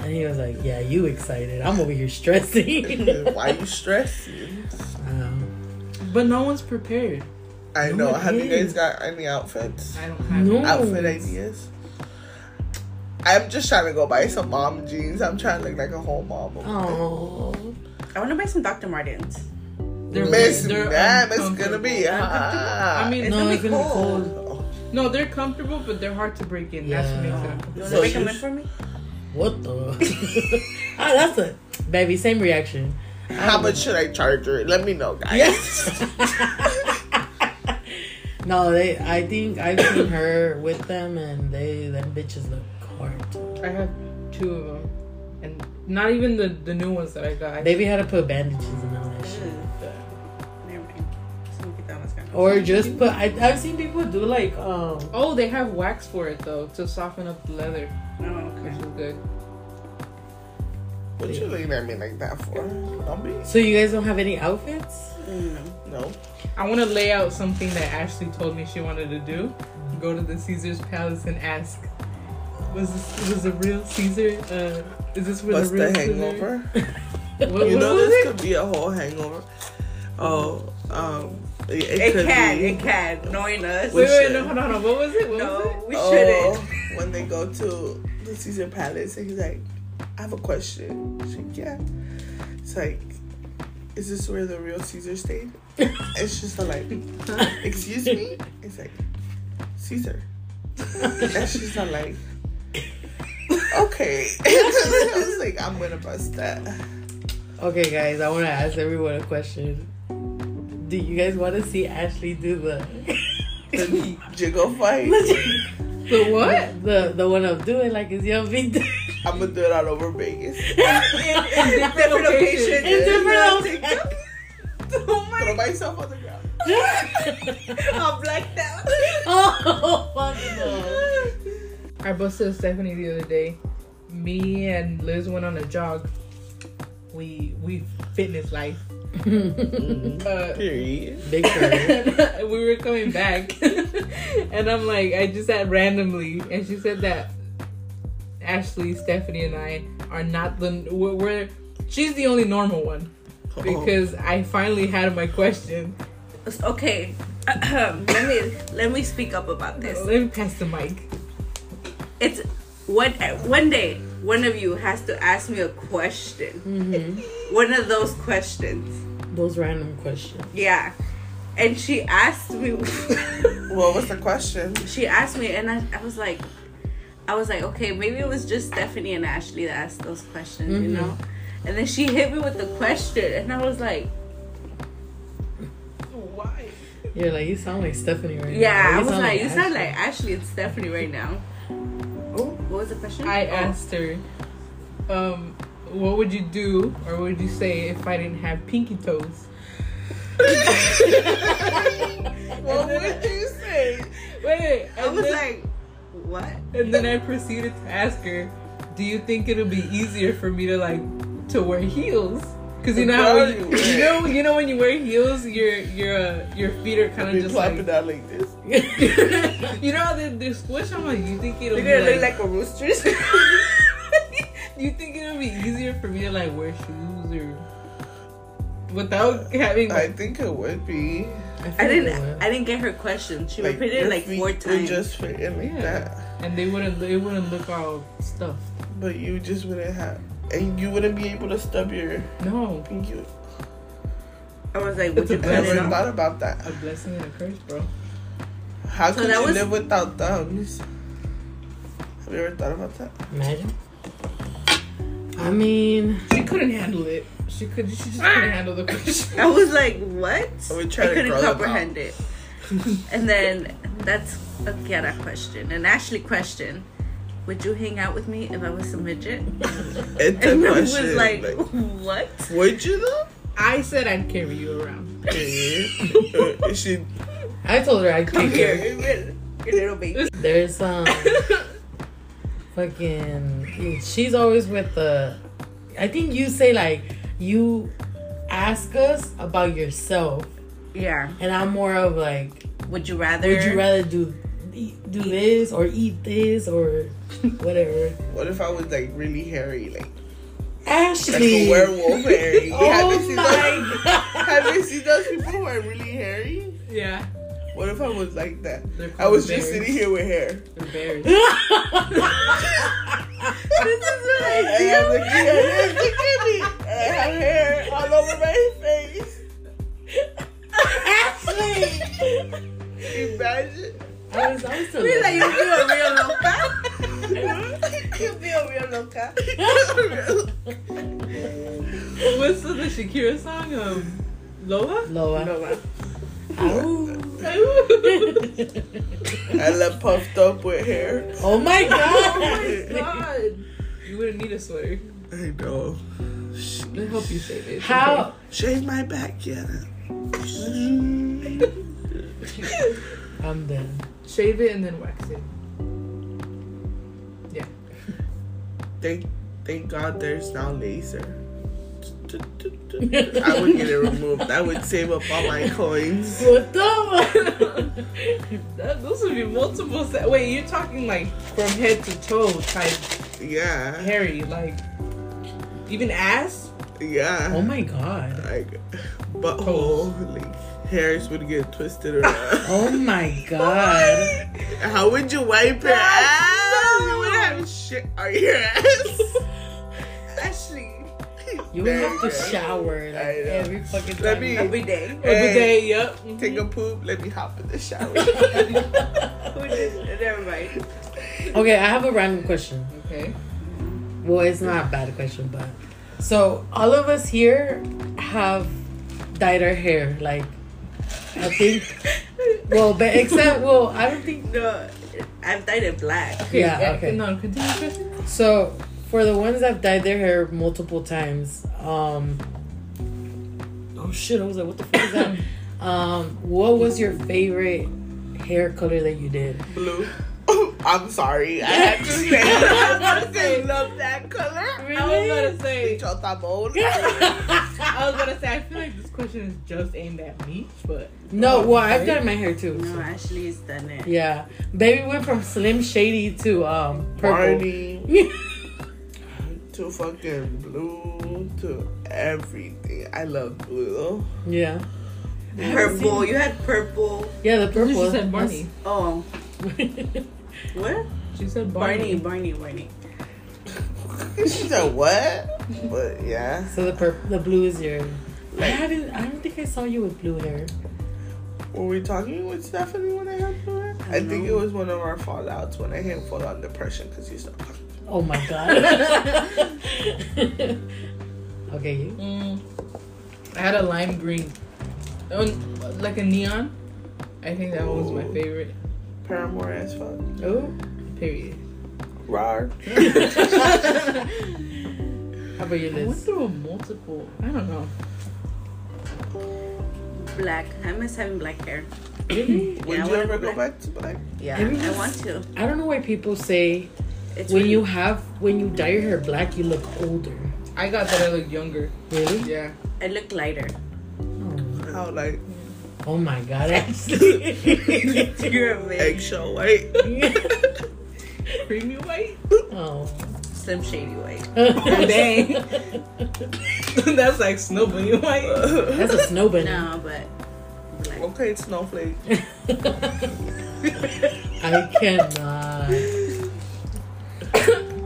[SPEAKER 1] and he was like, "Yeah, you excited? I'm over here stressing."
[SPEAKER 3] Why you stressing?
[SPEAKER 1] Um,
[SPEAKER 2] But no one's prepared.
[SPEAKER 3] I
[SPEAKER 1] No,
[SPEAKER 3] know.
[SPEAKER 1] it
[SPEAKER 3] Have you
[SPEAKER 1] is.
[SPEAKER 3] guys got any outfits?
[SPEAKER 2] I don't have
[SPEAKER 1] No.
[SPEAKER 2] it.
[SPEAKER 3] Outfit ideas? I'm just trying to go buy some mom jeans. I'm trying to look like a whole mom.
[SPEAKER 1] oh.
[SPEAKER 4] I want to buy some Dr. Martens.
[SPEAKER 2] They're,
[SPEAKER 3] Miss
[SPEAKER 2] they're
[SPEAKER 3] Ma'am, it's gonna be
[SPEAKER 2] uncomfortable.
[SPEAKER 3] hot.
[SPEAKER 2] I mean,
[SPEAKER 4] It's
[SPEAKER 1] No,
[SPEAKER 4] gonna
[SPEAKER 1] it's
[SPEAKER 4] be
[SPEAKER 3] Oh.
[SPEAKER 1] gonna be
[SPEAKER 4] cold.
[SPEAKER 1] cold.
[SPEAKER 2] No, they're comfortable, but they're hard to break in. That's what
[SPEAKER 1] Yeah.
[SPEAKER 2] makes
[SPEAKER 4] You
[SPEAKER 2] them.
[SPEAKER 4] want
[SPEAKER 3] So
[SPEAKER 4] to make them
[SPEAKER 3] you
[SPEAKER 4] in
[SPEAKER 3] sh-
[SPEAKER 4] for me?
[SPEAKER 1] What the? ah, that's a baby. Same reaction.
[SPEAKER 3] How much should I charge her? Let me know, guys.
[SPEAKER 1] no, they. I think I've seen her with them, and they them bitches look hard.
[SPEAKER 2] I have two of them, and not even the the new ones that I got.
[SPEAKER 1] Baby had to put bandages and all that shit.
[SPEAKER 4] Ugh. Never mind. Just gonna get that one second.
[SPEAKER 1] Or just put. I, I've seen people do like um.
[SPEAKER 2] oh, they have wax for it though to soften up the leather,
[SPEAKER 4] No,
[SPEAKER 2] which
[SPEAKER 4] okay.
[SPEAKER 2] is good.
[SPEAKER 3] What you looking at me like that for? Don't be.
[SPEAKER 1] So you guys don't have any outfits?
[SPEAKER 4] Mm.
[SPEAKER 3] No.
[SPEAKER 2] I want to lay out something that Ashley told me she wanted to do. Go to the Caesar's Palace and ask, was this was a real Caesar? Uh, is this where
[SPEAKER 3] What's
[SPEAKER 2] the real
[SPEAKER 3] the hangover?
[SPEAKER 2] Caesar? What,
[SPEAKER 3] You
[SPEAKER 2] what
[SPEAKER 3] know
[SPEAKER 2] was
[SPEAKER 3] this
[SPEAKER 2] it?
[SPEAKER 3] could be a whole hangover. Oh, um, it, it
[SPEAKER 4] It
[SPEAKER 3] could
[SPEAKER 4] can,
[SPEAKER 3] be.
[SPEAKER 4] it can. Knowing us.
[SPEAKER 3] We
[SPEAKER 2] Wait, wait,
[SPEAKER 3] should.
[SPEAKER 2] no, hold on, hold on. What was it? What was it?
[SPEAKER 4] no, we
[SPEAKER 3] Oh,
[SPEAKER 4] shouldn't.
[SPEAKER 3] when they go to the Caesar Palace, and he's like, "I have a question." She's like, "Yeah." It's like, "Is this where the real Caesar stayed?" It's just like, "Excuse me." It's like, "Caesar." And she's not like, "Okay." I was like, "I'm gonna bust that."
[SPEAKER 1] Okay, guys, I want to ask everyone a question. Do you guys want to see Ashley do the
[SPEAKER 3] The jiggle fight.
[SPEAKER 2] The what?
[SPEAKER 1] the the one of doing like it's your feet?
[SPEAKER 3] I'm gonna do it all over Vegas.
[SPEAKER 4] In different locations.
[SPEAKER 1] In different
[SPEAKER 4] Yeah,
[SPEAKER 1] locations.
[SPEAKER 4] Oh my
[SPEAKER 3] Throw myself on the ground.
[SPEAKER 4] I'll black that.
[SPEAKER 1] oh fuck no.
[SPEAKER 2] I busted Stephanie the other day. Me and Liz went on a jog. We we fitness life. Uh,
[SPEAKER 3] Period.
[SPEAKER 1] Big curve.
[SPEAKER 2] and we were coming back, and I'm like, I just said randomly, and she said that Ashley, Stephanie, and I are not the we're, we're she's the only normal one
[SPEAKER 3] Oh.
[SPEAKER 2] because I finally had my question.
[SPEAKER 4] Okay. let me let me speak up about this.
[SPEAKER 2] Let me pass the mic.
[SPEAKER 4] It's one one day one of you has to ask me a question.
[SPEAKER 3] Mm-hmm.
[SPEAKER 4] One of those questions.
[SPEAKER 1] Those random questions.
[SPEAKER 4] Yeah. And she asked me
[SPEAKER 3] What was the question?
[SPEAKER 4] she asked me and I, I was like I was like, okay, maybe it was just Stephanie and Ashley that asked those questions, you
[SPEAKER 3] Mm-hmm.
[SPEAKER 4] know? And then she hit me with the question and I was like,
[SPEAKER 2] Why?
[SPEAKER 1] You're like, you sound like Stephanie right
[SPEAKER 4] Yeah, I
[SPEAKER 1] now.
[SPEAKER 4] was like, you sound
[SPEAKER 1] Ashley.
[SPEAKER 4] like Ashley and Stephanie right now. Oh, what was the question?
[SPEAKER 2] I
[SPEAKER 4] Oh.
[SPEAKER 2] asked her, um, what would you do or what would you say if I didn't have pinky toes?
[SPEAKER 3] What would you say?
[SPEAKER 2] Wait,
[SPEAKER 4] I
[SPEAKER 2] and
[SPEAKER 4] was
[SPEAKER 2] then,
[SPEAKER 4] like, what?
[SPEAKER 2] and then I proceeded to ask her, do you think it'll be easier for me to like to wear heels? Because you know, how
[SPEAKER 3] Bro,
[SPEAKER 2] when
[SPEAKER 3] you
[SPEAKER 2] you, you
[SPEAKER 3] wear-
[SPEAKER 2] know, you know when you wear heels, your your uh, your feet are kind
[SPEAKER 3] Be
[SPEAKER 2] of just
[SPEAKER 3] clapping
[SPEAKER 2] like,
[SPEAKER 3] out like this.
[SPEAKER 2] you know, how they they squish. I'm like, you think it'll
[SPEAKER 4] You're
[SPEAKER 2] be
[SPEAKER 4] gonna
[SPEAKER 2] like,
[SPEAKER 4] look like a rooster.
[SPEAKER 2] you think it'll be easier for me to like wear shoes or without having
[SPEAKER 3] I think it would be.
[SPEAKER 4] I
[SPEAKER 1] feel you
[SPEAKER 4] didn't.
[SPEAKER 1] were.
[SPEAKER 4] I didn't get her question. She repeated
[SPEAKER 3] your
[SPEAKER 4] it like
[SPEAKER 3] feet
[SPEAKER 4] four
[SPEAKER 3] would
[SPEAKER 4] times.
[SPEAKER 3] just fit in like
[SPEAKER 2] Yeah.
[SPEAKER 3] that,
[SPEAKER 2] and they wouldn't it wouldn't look all stuffed.
[SPEAKER 3] but you just wouldn't have, and you wouldn't be able to stub your
[SPEAKER 2] No,
[SPEAKER 3] pinky.
[SPEAKER 4] I was like,
[SPEAKER 2] It's
[SPEAKER 4] would you
[SPEAKER 2] a
[SPEAKER 3] I
[SPEAKER 4] cut
[SPEAKER 2] blessing.
[SPEAKER 4] it
[SPEAKER 3] never
[SPEAKER 4] off?
[SPEAKER 3] thought about that.
[SPEAKER 2] a blessing and a curse, bro.
[SPEAKER 3] How
[SPEAKER 4] So
[SPEAKER 3] could
[SPEAKER 4] that
[SPEAKER 3] you
[SPEAKER 4] was-
[SPEAKER 3] live without thumbs? Have you ever thought about that?
[SPEAKER 1] Imagine. I mean,
[SPEAKER 2] She couldn't handle it. She could. She just couldn't handle the question.
[SPEAKER 4] I was like, what?
[SPEAKER 3] Are we
[SPEAKER 4] I
[SPEAKER 3] trying to
[SPEAKER 4] couldn't
[SPEAKER 3] grow them
[SPEAKER 4] comprehend it. and then that's a Kiara question, an Ashley question. Would you hang out with me if I was a midget?
[SPEAKER 3] It's a
[SPEAKER 4] And I was
[SPEAKER 3] question.
[SPEAKER 4] like,
[SPEAKER 3] like,
[SPEAKER 4] what?
[SPEAKER 3] would you though?
[SPEAKER 2] I said I'd carry you around.
[SPEAKER 3] Uh, she
[SPEAKER 1] I told her I'd take her.
[SPEAKER 4] Your little baby.
[SPEAKER 1] There's um fucking she's always with the I think you say like you ask us about yourself
[SPEAKER 4] Yeah.
[SPEAKER 1] and I'm more of like
[SPEAKER 4] Would you rather?
[SPEAKER 1] would you rather do do this or eat this or whatever
[SPEAKER 3] What if I was like really hairy, like like
[SPEAKER 1] Ashley
[SPEAKER 3] a werewolf hairy? have, you
[SPEAKER 1] Oh
[SPEAKER 3] seen those,
[SPEAKER 1] my
[SPEAKER 3] have you
[SPEAKER 1] god
[SPEAKER 3] seen those people who are really hairy?
[SPEAKER 2] Yeah.
[SPEAKER 3] What if I was like that?
[SPEAKER 2] They're
[SPEAKER 3] I was
[SPEAKER 2] called
[SPEAKER 3] just
[SPEAKER 2] bears.
[SPEAKER 3] sitting here with hair.
[SPEAKER 2] They're bears.
[SPEAKER 4] This is what
[SPEAKER 3] And
[SPEAKER 4] I
[SPEAKER 3] I'm
[SPEAKER 4] do.
[SPEAKER 3] looking at it, look at me. And I have hair all over my face.
[SPEAKER 1] Ashley
[SPEAKER 3] Imagine.
[SPEAKER 1] I was I was so
[SPEAKER 4] Mira,
[SPEAKER 1] little.
[SPEAKER 4] yo soy una real loca.
[SPEAKER 3] You'll be a real loca.
[SPEAKER 2] What's the, the Shakira song? Um, Lola.
[SPEAKER 1] Loa
[SPEAKER 2] Oh
[SPEAKER 3] I look puffed up with hair.
[SPEAKER 1] Oh my
[SPEAKER 2] my
[SPEAKER 1] god
[SPEAKER 2] God. You wouldn't need a sweater.
[SPEAKER 3] I know.
[SPEAKER 2] It'll help you shave it.
[SPEAKER 1] How
[SPEAKER 3] Shave my back, Yana.
[SPEAKER 1] I'm done.
[SPEAKER 2] Shave it and then wax it.
[SPEAKER 3] Thank, thank God there's now laser. I would get it removed. I would save up all my coins.
[SPEAKER 1] What the?
[SPEAKER 2] That, those would be multiple. Se- Wait, you're talking like from head to toe type
[SPEAKER 3] Yeah,
[SPEAKER 2] hairy, like even ass.
[SPEAKER 1] oh
[SPEAKER 3] yeah.
[SPEAKER 1] my god.
[SPEAKER 3] Like, but holy hairs would get twisted around.
[SPEAKER 1] Oh my god.
[SPEAKER 3] How would you wipe your ass? You would have shit on your ass.
[SPEAKER 4] Ashley.
[SPEAKER 1] You would have to
[SPEAKER 3] There you go.
[SPEAKER 1] shower like
[SPEAKER 3] I know.
[SPEAKER 1] every fucking time.
[SPEAKER 3] Let me-
[SPEAKER 4] Every day.
[SPEAKER 2] Every
[SPEAKER 3] Hey.
[SPEAKER 2] day, yep.
[SPEAKER 3] Take a poop. Let me hop in the shower.
[SPEAKER 4] Who did- Never mind.
[SPEAKER 1] Okay, I have a random question.
[SPEAKER 2] Okay.
[SPEAKER 1] Well, it's not a bad question, but so all of us here have dyed our hair. Like, I think. Well, but except well, I don't think.
[SPEAKER 4] No, I've dyed it black.
[SPEAKER 1] Yeah, okay.
[SPEAKER 2] No, continue the question.
[SPEAKER 1] So for the ones that dyed their hair multiple times, um Oh shit, I was like, what the fuck is that? um, what was your favorite hair color that you did?
[SPEAKER 3] Blue. I'm sorry. I had to say. I fucking love that color.
[SPEAKER 2] I was gonna say.
[SPEAKER 3] Chotabol.
[SPEAKER 2] I was gonna say. I feel like this question is just aimed at me, but
[SPEAKER 1] no, well I've
[SPEAKER 2] Right?
[SPEAKER 1] dyed my hair too.
[SPEAKER 4] No,
[SPEAKER 1] so-
[SPEAKER 4] Ashley's done it.
[SPEAKER 1] Yeah. Baby went from slim shady to um purple.
[SPEAKER 3] Barney to fucking blue to everything. I love blue though.
[SPEAKER 1] yeah.
[SPEAKER 4] Purple. You had purple.
[SPEAKER 1] Yeah, the
[SPEAKER 2] she
[SPEAKER 1] purple.
[SPEAKER 2] said Barney.
[SPEAKER 4] Oh, what?
[SPEAKER 2] She said
[SPEAKER 4] Barney,
[SPEAKER 2] Barney.
[SPEAKER 4] Barney, Barney.
[SPEAKER 3] She said what? But yeah.
[SPEAKER 1] so the purple the blue is your I haven't I don't think I saw you with blue hair.
[SPEAKER 3] Were we talking with Stephanie when I had blue hair? I think it was one of our fallouts when I hit fallout depression because you stopped talking.
[SPEAKER 1] Oh my god. okay, you
[SPEAKER 2] Mm, I had a lime green, Oh, like a neon. I think that one was my
[SPEAKER 3] Ooh.
[SPEAKER 2] favorite.
[SPEAKER 3] Paramore as fuck.
[SPEAKER 1] oh
[SPEAKER 2] Period.
[SPEAKER 3] Rar.
[SPEAKER 1] How about your
[SPEAKER 2] I went
[SPEAKER 1] list?
[SPEAKER 2] through a multiple. I don't know.
[SPEAKER 4] Black. I miss having black hair.
[SPEAKER 1] Really?
[SPEAKER 3] Would
[SPEAKER 4] Yeah, I
[SPEAKER 3] you
[SPEAKER 4] wanna
[SPEAKER 3] ever
[SPEAKER 4] go
[SPEAKER 3] go back to black?
[SPEAKER 4] Yeah,
[SPEAKER 1] Maybe
[SPEAKER 4] I
[SPEAKER 1] just-
[SPEAKER 4] want to.
[SPEAKER 1] I don't know why people say
[SPEAKER 4] It's
[SPEAKER 1] when
[SPEAKER 4] really-
[SPEAKER 1] you have when you dye your hair black, you look older.
[SPEAKER 2] I got that I look younger.
[SPEAKER 1] Really?
[SPEAKER 2] Yeah.
[SPEAKER 4] I look lighter.
[SPEAKER 1] Oh,
[SPEAKER 3] How like
[SPEAKER 1] oh my god, actually.
[SPEAKER 4] You're amazing.
[SPEAKER 3] eggshell white?
[SPEAKER 2] Creamy white?
[SPEAKER 1] oh.
[SPEAKER 4] Slim Shady white.
[SPEAKER 2] Dang. That's like snowbunny white.
[SPEAKER 1] That's a snow bunny.
[SPEAKER 4] No, but black.
[SPEAKER 3] okay, snowflake.
[SPEAKER 1] I cannot.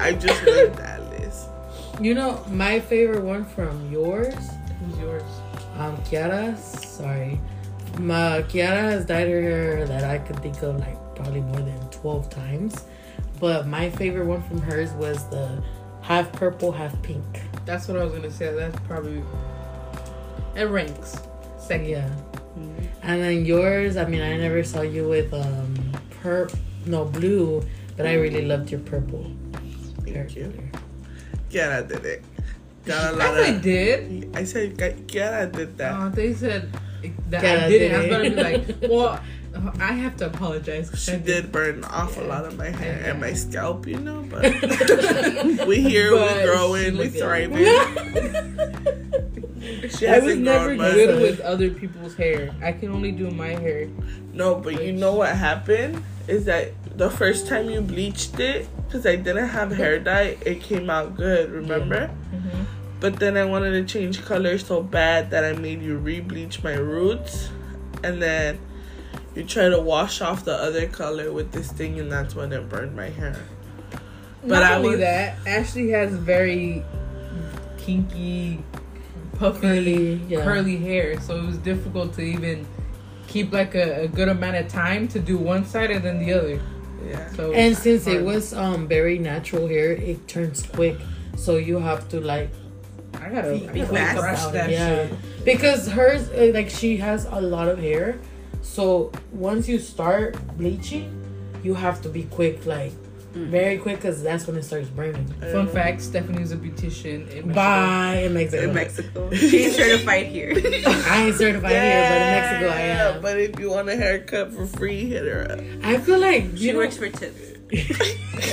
[SPEAKER 3] I just made that list.
[SPEAKER 1] You know, my favorite one from yours,
[SPEAKER 2] Who's yours?
[SPEAKER 1] um, Kiara's, sorry, Ma Kiara has dyed her hair that I could think of like probably more than 12 times. But my favorite one from hers was the half purple, half pink.
[SPEAKER 2] That's what I was gonna say. That's probably it ranks second.
[SPEAKER 1] Yeah.
[SPEAKER 2] Mm-hmm.
[SPEAKER 1] And then yours, I mean, I never saw you with um purp no blue, but I really loved your purple. hair
[SPEAKER 3] Thank you.
[SPEAKER 1] color.
[SPEAKER 3] Kiara did it. Got a lot
[SPEAKER 2] As I
[SPEAKER 3] of.
[SPEAKER 2] did.
[SPEAKER 3] I said Ki- Kiara did that.
[SPEAKER 2] Oh, they said that
[SPEAKER 1] Yeah,
[SPEAKER 2] I didn't. I was
[SPEAKER 1] did
[SPEAKER 2] gonna
[SPEAKER 1] it.
[SPEAKER 2] be like, well, I have to apologize. 'cause
[SPEAKER 3] she
[SPEAKER 2] Oh, I
[SPEAKER 3] did burn off a
[SPEAKER 2] Yeah.
[SPEAKER 3] lot of my hair
[SPEAKER 2] Yeah.
[SPEAKER 3] and my scalp, you know. But we here,
[SPEAKER 2] But
[SPEAKER 3] we growing,
[SPEAKER 2] she
[SPEAKER 3] we
[SPEAKER 2] looked good.
[SPEAKER 3] thriving. She
[SPEAKER 1] I was
[SPEAKER 3] hasn't
[SPEAKER 1] never
[SPEAKER 3] grown much.
[SPEAKER 1] good.
[SPEAKER 2] good with other people's hair. I can only do my hair.
[SPEAKER 3] No, but you know what happened is that the first time you bleached it, because I didn't have hair dye, it came out good. Remember? But then I wanted to change color so bad that I made you re-bleach my roots, and then you try to wash off the other color with this thing, and that's when it burned my hair.
[SPEAKER 2] But
[SPEAKER 3] But
[SPEAKER 2] Not
[SPEAKER 3] I
[SPEAKER 2] only
[SPEAKER 3] was-
[SPEAKER 2] that, Ashley has very kinky, puffy,
[SPEAKER 1] Curly,
[SPEAKER 2] curly,
[SPEAKER 1] yeah.
[SPEAKER 2] hair, so it was difficult to even keep like a, a good amount of time to do one side and then the other.
[SPEAKER 3] Yeah.
[SPEAKER 2] So
[SPEAKER 1] And since it
[SPEAKER 2] hard.
[SPEAKER 1] was um very natural hair, it turns quick. So you have to like
[SPEAKER 2] I gotta
[SPEAKER 1] be
[SPEAKER 2] I
[SPEAKER 1] quick
[SPEAKER 2] gotta
[SPEAKER 4] fast
[SPEAKER 2] brush
[SPEAKER 1] about
[SPEAKER 2] that
[SPEAKER 1] it. Yeah.
[SPEAKER 2] shit.
[SPEAKER 1] Because hers uh, like she has a lot of hair. So once you start bleaching, you have to be quick like
[SPEAKER 2] Mm.
[SPEAKER 1] very quick cuz that's when it starts burning.
[SPEAKER 2] Fun fact: Stephanie's a beautician. in Mexico.
[SPEAKER 1] Bye in Mexico.
[SPEAKER 3] In
[SPEAKER 4] Mexico. She's certified here.
[SPEAKER 1] I ain't certified here, but in Mexico I
[SPEAKER 3] Yeah,
[SPEAKER 1] am.
[SPEAKER 3] But if you want a haircut for free, hit her up.
[SPEAKER 1] I feel like you
[SPEAKER 4] She
[SPEAKER 1] know,
[SPEAKER 4] works for tips.